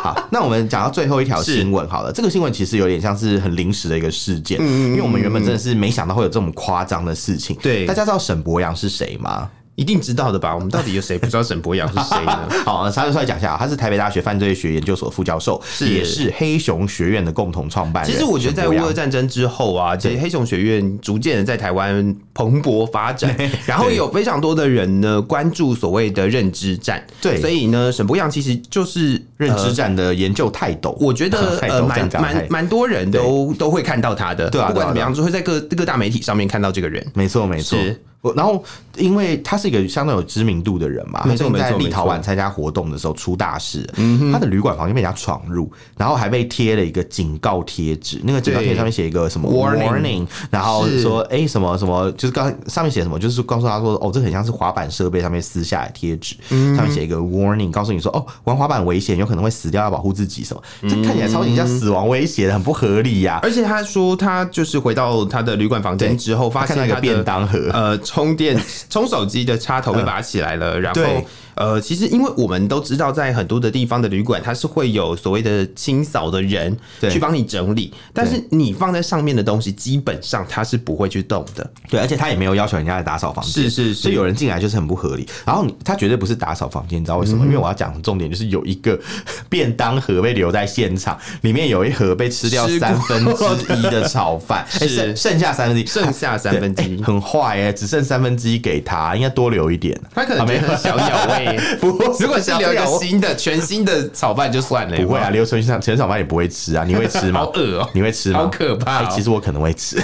Speaker 1: 好，那我们讲到最后一条新闻好了。这个新闻其实有点像是很临时的一个事
Speaker 2: 嗯
Speaker 1: 件，因为我们原本真的是没想到会有这么夸张的事情。
Speaker 2: 对
Speaker 1: 大家知道沈博阳是谁吗？
Speaker 2: 一定知道的吧？我们到底有谁不知道沈博阳是谁呢？
Speaker 1: 好，稍微稍微讲一下啊，他是台北大学犯罪学研究所副教授，
Speaker 2: 是
Speaker 1: 也是黑熊学院的共同创办人。
Speaker 2: 其实我觉得在
Speaker 1: 沈
Speaker 2: 乌
Speaker 1: 伯阳
Speaker 2: 俄战争之后啊，其实黑熊学院逐渐的在台湾蓬勃发 展，然后也有非常多的人呢关注所谓的认知战。
Speaker 1: 对
Speaker 2: 所以呢，沈博阳其实就是
Speaker 1: 认知
Speaker 2: 呃
Speaker 1: 战的研究泰斗，
Speaker 2: 我觉得
Speaker 1: 泰
Speaker 2: 呃，
Speaker 1: 斗这样
Speaker 2: 蛮
Speaker 1: 讲
Speaker 2: 蛮
Speaker 1: 太
Speaker 2: 蛮多人都都会看到他的，
Speaker 1: 对啊
Speaker 2: 不管
Speaker 1: 对啊
Speaker 2: 怎么
Speaker 1: 对啊
Speaker 2: 样，就会在各各大媒体上面看到这个人。
Speaker 1: 没错没错
Speaker 2: 是。
Speaker 1: 我然后，因为他是一个相当有知名度的人嘛，
Speaker 2: 没
Speaker 1: 他
Speaker 2: 错
Speaker 1: 曾经在
Speaker 2: 没错
Speaker 1: 立陶
Speaker 2: 没
Speaker 1: 宛
Speaker 2: 错嗯
Speaker 1: 参加活动的时候出大事，他的旅馆房间被人家闯入，然后还被贴了一个警告贴纸，那个警告贴
Speaker 2: 对
Speaker 1: 纸上面写一个什么
Speaker 2: Warning
Speaker 1: 然后
Speaker 2: 是
Speaker 1: 说哎、什么什么，就是刚上面写什么，就是告诉他说哦，这很像是滑板设备上面撕下来贴纸，
Speaker 2: 嗯
Speaker 1: 上面写一个 warning，告诉你说哦，玩滑板危险，有可能会死掉，要保护自己什么，这看起来超级像
Speaker 2: 嗯
Speaker 1: 死亡威胁的，很不合理呀、
Speaker 2: 而且他说，他就是回到他的旅馆房间之后，发现
Speaker 1: 看到一
Speaker 2: 他的
Speaker 1: 个便当盒
Speaker 2: 呃，充电 充手机的插头被拔起来了，然后
Speaker 1: 对
Speaker 2: 呃，其实因为我们都知道，在很多的地方的旅馆，它是会有所谓的清扫的人
Speaker 1: 对
Speaker 2: 去帮你整理，但是你放在上面的东西，基本上它是不会去动的。
Speaker 1: 对，而且他也没有要求人家来打扫房间，
Speaker 2: 是是是
Speaker 1: 所以有人进来就是很不合理。然后你他绝对不是打扫房间，你知道
Speaker 2: 嗯
Speaker 1: 为什么？因为我要讲的重点就是有一个 便当盒被留在现场，里面有一盒被吃掉
Speaker 2: 吃过
Speaker 1: 三分之一的炒饭，哎
Speaker 2: 是嗯
Speaker 1: 剩剩下三分之一，
Speaker 2: 剩下三分之一
Speaker 1: 对哎 很坏哎、只剩三分之一给他，应该多留一点。
Speaker 2: 他可能觉得小鸟胃，
Speaker 1: 不会，啊
Speaker 2: 如果是
Speaker 1: 小
Speaker 2: 留一
Speaker 1: 鸟
Speaker 2: 个新的、全新的炒饭就算了，
Speaker 1: 不会啊，留存上陈小曼也不会吃啊，你会吃吗？
Speaker 2: 好恶 哦
Speaker 1: 你会吃吗？
Speaker 2: 好可怕哦
Speaker 1: 哎其实我可能会吃。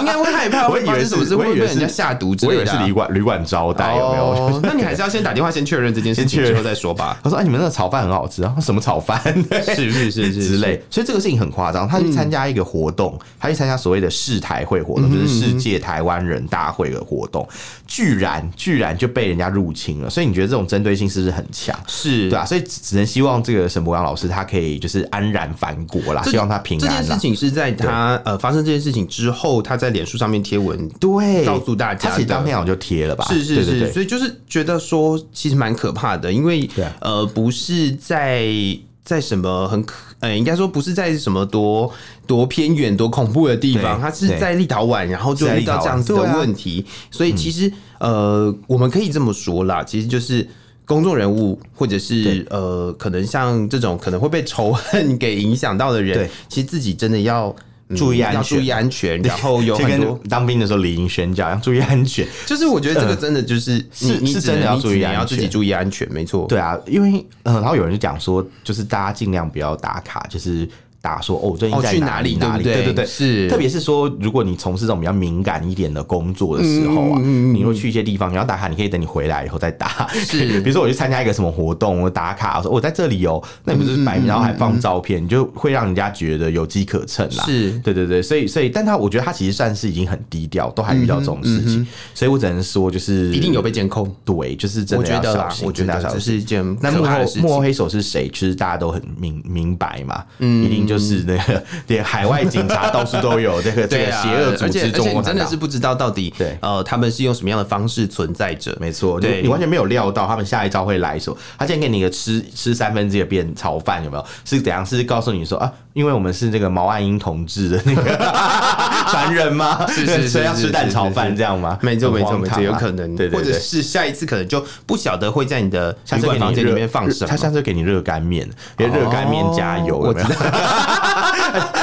Speaker 2: 应该会害怕，
Speaker 1: 我
Speaker 2: 会
Speaker 1: 以
Speaker 2: 发
Speaker 1: 为
Speaker 2: 生什么
Speaker 1: 是
Speaker 2: 事，会
Speaker 1: 我以
Speaker 2: 被
Speaker 1: 为
Speaker 2: 人家
Speaker 1: 是
Speaker 2: 下毒之
Speaker 1: 我以
Speaker 2: 类
Speaker 1: 为
Speaker 2: 的
Speaker 1: 是
Speaker 2: 啊、
Speaker 1: 旅馆旅馆招待有没有？
Speaker 2: 哦那你还是要先打电话先确认这件事
Speaker 1: 先
Speaker 2: 情
Speaker 1: 确认
Speaker 2: 之后再说 吧。
Speaker 1: 他说：“哎，你们那个炒饭很好吃啊，什么炒饭？
Speaker 2: 是是 是是
Speaker 1: 之类。”所以这个事情很夸张。他去参加一个活动，他去参加所谓的世台会
Speaker 2: 嗯
Speaker 1: 活动，就是世界台湾人大会的活动，居然居然就被人家入侵了。所以你觉得这种针对性是不是很强？
Speaker 2: 是
Speaker 1: 对啊，所以只只能希望这个沈博阳老师他可以就是安然返国啦，
Speaker 2: 这
Speaker 1: 希望他平
Speaker 2: 这件
Speaker 1: 安
Speaker 2: 事
Speaker 1: 啦。
Speaker 2: 情是在他呃发生这件事情之后，他在脸书上面贴文，
Speaker 1: 对，
Speaker 2: 告诉大家的
Speaker 1: 他其实当天我就贴了吧？
Speaker 2: 是是
Speaker 1: 对
Speaker 2: 是，
Speaker 1: 对对
Speaker 2: 所以就是觉得说其实蛮可怕的，因为
Speaker 1: 对啊
Speaker 2: 呃不是在。在什么很可呃，应该说不是在什么多多偏远、多恐怖的地方，
Speaker 1: 对
Speaker 2: 他是
Speaker 1: 对
Speaker 2: 在立陶宛，然后就遇到这样子的
Speaker 1: 在立陶宛对啊嗯
Speaker 2: 问题，所以其实呃，我们可以这么说啦，其实就是公众人物，或者是呃，可能像这种可能会被仇恨给影响到的人
Speaker 1: 对，
Speaker 2: 其实自己真的要、嗯
Speaker 1: 注意安全
Speaker 2: 要注意安全，然后 有
Speaker 1: 就
Speaker 2: 很
Speaker 1: 跟
Speaker 2: 多。
Speaker 1: 当兵的时候理应宣教，要注意安全。
Speaker 2: 就是我觉得这个真的就是你、
Speaker 1: 是
Speaker 2: 你
Speaker 1: 是
Speaker 2: 只能
Speaker 1: 真的要
Speaker 2: 你只
Speaker 1: 注意
Speaker 2: 能
Speaker 1: 安
Speaker 2: 要自己
Speaker 1: 全
Speaker 2: 注意安全，没错。
Speaker 1: 对啊，因为呃，然后有人就讲说，就是大家尽量不要打卡，就是打说哦，我最近
Speaker 2: 哦，
Speaker 1: 在
Speaker 2: 去
Speaker 1: 哪
Speaker 2: 里
Speaker 1: 哪
Speaker 2: 不
Speaker 1: 里，对对对。
Speaker 2: 是
Speaker 1: 特别是说，如果你从事这种比较敏感一点的工作的时候
Speaker 2: 嗯
Speaker 1: 啊，你会去一些地方，你要打卡，你可以等你回来以后再打。
Speaker 2: 是嗯
Speaker 1: 比如说我去参加一个什么活动，我打卡，我说我在这里哦，那你不是摆明，然后还放照片，你就会让人家觉得有机可乘啦。
Speaker 2: 是
Speaker 1: 对对对，所以所以，但他我觉得他其实算是已经很低调，都还遇到这种事情，所以我只能说就是
Speaker 2: 嗯一定有被监控。
Speaker 1: 对，就是啊真
Speaker 2: 我
Speaker 1: 的
Speaker 2: 觉
Speaker 1: 要
Speaker 2: 得
Speaker 1: 小
Speaker 2: 啦，
Speaker 1: 心，
Speaker 2: 我觉
Speaker 1: 真的
Speaker 2: 得
Speaker 1: 要小
Speaker 2: 这
Speaker 1: 心。
Speaker 2: 是一件
Speaker 1: 那
Speaker 2: 可
Speaker 1: 幕
Speaker 2: 怕
Speaker 1: 后
Speaker 2: 的事情
Speaker 1: 幕后黑手是谁？其实大家都很明明白嘛，
Speaker 2: 嗯
Speaker 1: 一定就是那个连海外警察到处都有这个这
Speaker 2: 对
Speaker 1: 个
Speaker 2: 啊
Speaker 1: 邪恶组
Speaker 2: 而且
Speaker 1: 织中
Speaker 2: 而且
Speaker 1: 国
Speaker 2: 你真
Speaker 1: 产
Speaker 2: 的
Speaker 1: 党
Speaker 2: 是。不知道到底
Speaker 1: 对
Speaker 2: 呃他们是用什么样的方式存在着。
Speaker 1: 没错，你
Speaker 2: 对
Speaker 1: 你完全没有料到他们下一招会来什么。他今天给你一个吃吃三分之一的变炒饭，有没有？是怎样？是告诉你说啊，因为我们是这个毛岸英同志的那 个传人吗？
Speaker 2: 是是是
Speaker 1: 所以要
Speaker 2: 是
Speaker 1: 吃
Speaker 2: 是
Speaker 1: 蛋炒
Speaker 2: 是
Speaker 1: 饭
Speaker 2: 是
Speaker 1: 这样吗？
Speaker 2: 没错，
Speaker 1: 很
Speaker 2: 没错，
Speaker 1: 荒
Speaker 2: 没错，
Speaker 1: 唐
Speaker 2: 有
Speaker 1: 啊
Speaker 2: 可能，
Speaker 1: 对对
Speaker 2: 或者
Speaker 1: 对。
Speaker 2: 是下一次可能就不晓得会在你的
Speaker 1: 下
Speaker 2: 旅
Speaker 1: 次
Speaker 2: 馆
Speaker 1: 给你
Speaker 2: 房间里
Speaker 1: 热
Speaker 2: 面放什么。
Speaker 1: 他下次给你热干面，别热干面加油，
Speaker 2: 哦
Speaker 1: 有没有？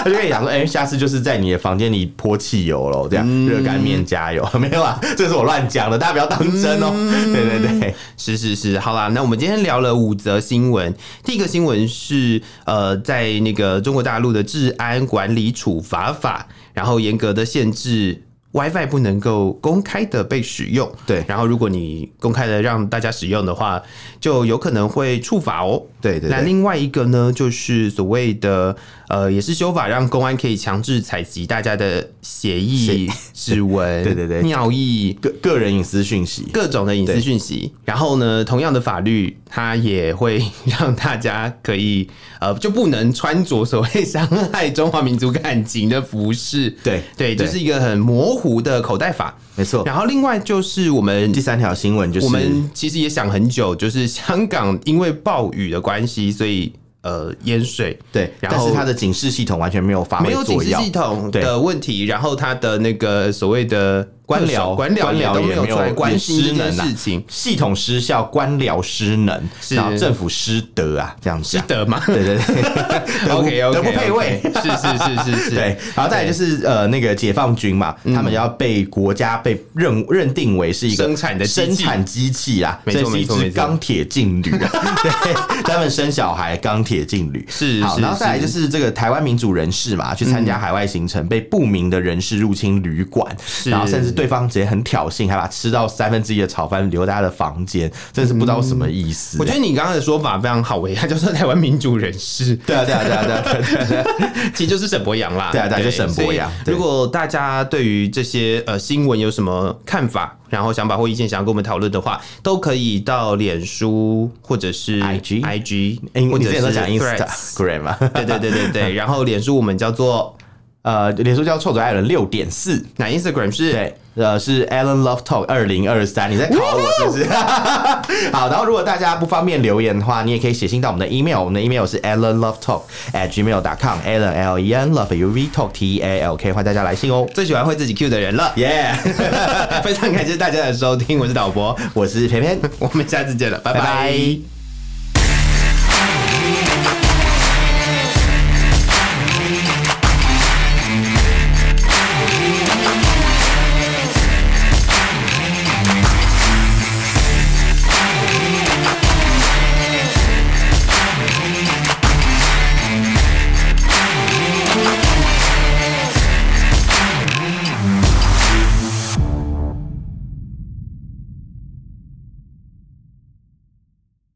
Speaker 1: 他就跟你讲说，哎、下次就是在你的房间里泼汽油喽，这
Speaker 2: 嗯
Speaker 1: 样热干面加油， 没有啊？这是我乱讲的，大家不要当真哦。
Speaker 2: 嗯
Speaker 1: 对对对，
Speaker 2: 是是是，好啦，那我们今天聊了五则新闻。第一个新闻是呃，在那个中国大陆的治安管理处罚法，然后严格的限制。WiFi 不能够公开的被使用，
Speaker 1: 对
Speaker 2: 然后如果你公开的让大家使用的话，就有可能会处罚哦。
Speaker 1: 对对对
Speaker 2: 那另外一个呢，就是所谓的呃，也是修法让公安可以强制采集大家的血液、指纹、
Speaker 1: 对对对
Speaker 2: 尿液、
Speaker 1: 个个人隐私讯息，
Speaker 2: 各种的隐私讯息。然后呢，同样的法律，它也会 让大家可以呃，就不能穿着所谓伤害中华民族感情的服饰。
Speaker 1: 对
Speaker 2: 对，这
Speaker 1: 对
Speaker 2: 是一个很模糊的口袋法。
Speaker 1: 没错。
Speaker 2: 然后另外就是我们
Speaker 1: 第。三条新闻就是
Speaker 2: 我们其实也想很久，就是香港因为暴雨的关系，所以呃淹水，
Speaker 1: 对，
Speaker 2: 然
Speaker 1: 但
Speaker 2: 后
Speaker 1: 是它的警示系统完全没有发挥
Speaker 2: 没有警
Speaker 1: 作
Speaker 2: 示
Speaker 1: 用
Speaker 2: 系。统
Speaker 1: 对
Speaker 2: 的问题，然后他的那个所谓的官
Speaker 1: 特首
Speaker 2: 僚官僚
Speaker 1: 官僚
Speaker 2: 都没
Speaker 1: 也
Speaker 2: 有
Speaker 1: 没
Speaker 2: 出来
Speaker 1: 有
Speaker 2: 关
Speaker 1: 也
Speaker 2: 心这
Speaker 1: 失
Speaker 2: 件
Speaker 1: 能啊
Speaker 2: 事情，
Speaker 1: 系统失效，官僚失能，
Speaker 2: 是
Speaker 1: 然后政府失德啊，这样子
Speaker 2: 值。得吗？
Speaker 1: 对对对德不
Speaker 2: OK OK，
Speaker 1: 德不配位。
Speaker 2: 是是是是是，
Speaker 1: 对，然后再来就是呃，那个解放军嘛，
Speaker 2: 嗯
Speaker 1: 他们要被国家被认认定为是一个
Speaker 2: 生产的机器
Speaker 1: 生产机器啊，
Speaker 2: 没错
Speaker 1: 这是
Speaker 2: 没
Speaker 1: 一
Speaker 2: 错
Speaker 1: 支
Speaker 2: 没错
Speaker 1: 钢铁劲旅啊， 对，他们生小孩，钢铁劲旅
Speaker 2: 是
Speaker 1: 好，
Speaker 2: 是
Speaker 1: 然后再来
Speaker 2: 是嗯
Speaker 1: 就是这个台湾民主人士嘛，去参加海外行程，被不明的人士入侵旅馆，然后甚至对方直接很挑衅，还把吃到三分之一的炒饭留在他的房间，真是不知道什么意思
Speaker 2: 嗯
Speaker 1: 啊。
Speaker 2: 我觉得你刚刚的说法非常好诶，他就是台湾民主人 士，
Speaker 1: 对啊，对啊，对啊，对啊，对啊对啊，对啊
Speaker 2: 其实就是沈博洋啦。
Speaker 1: 对啊对啊就沈伯洋
Speaker 2: 所以
Speaker 1: 对
Speaker 2: 如果大家对于这些呃新闻有什么看法，然后想法或意见想要跟我们讨论的话，都可以到脸书或者是
Speaker 1: IG
Speaker 2: IG，
Speaker 1: 哎，
Speaker 2: 或
Speaker 1: 你
Speaker 2: 者
Speaker 1: 之前
Speaker 2: 是
Speaker 1: 都讲啊
Speaker 2: Threads。
Speaker 1: Instagram 嘛？
Speaker 2: 对对对对 对，然后脸书我们叫做
Speaker 1: 呃，脸书叫臭嘴艾伦六点四，
Speaker 2: 那 Instagram 是
Speaker 1: 对，呃，是 Alan Love Talk 二零二三，你在考我是不是？ 好，然后如果大家不方便留言的话，你也可以写信到我们的 email，我们的 email 是 Alan Love Talk at gmail dot com，Alan L E N Love U V Talk T A L K，欢迎大家来信哦。
Speaker 2: 最喜欢会自己 Q 的人了。
Speaker 1: 耶、
Speaker 2: 非常感谢大家的收听，我是导播，
Speaker 1: 我是偏偏，
Speaker 2: 我们下次见了，拜
Speaker 1: 拜
Speaker 2: 拜
Speaker 1: 拜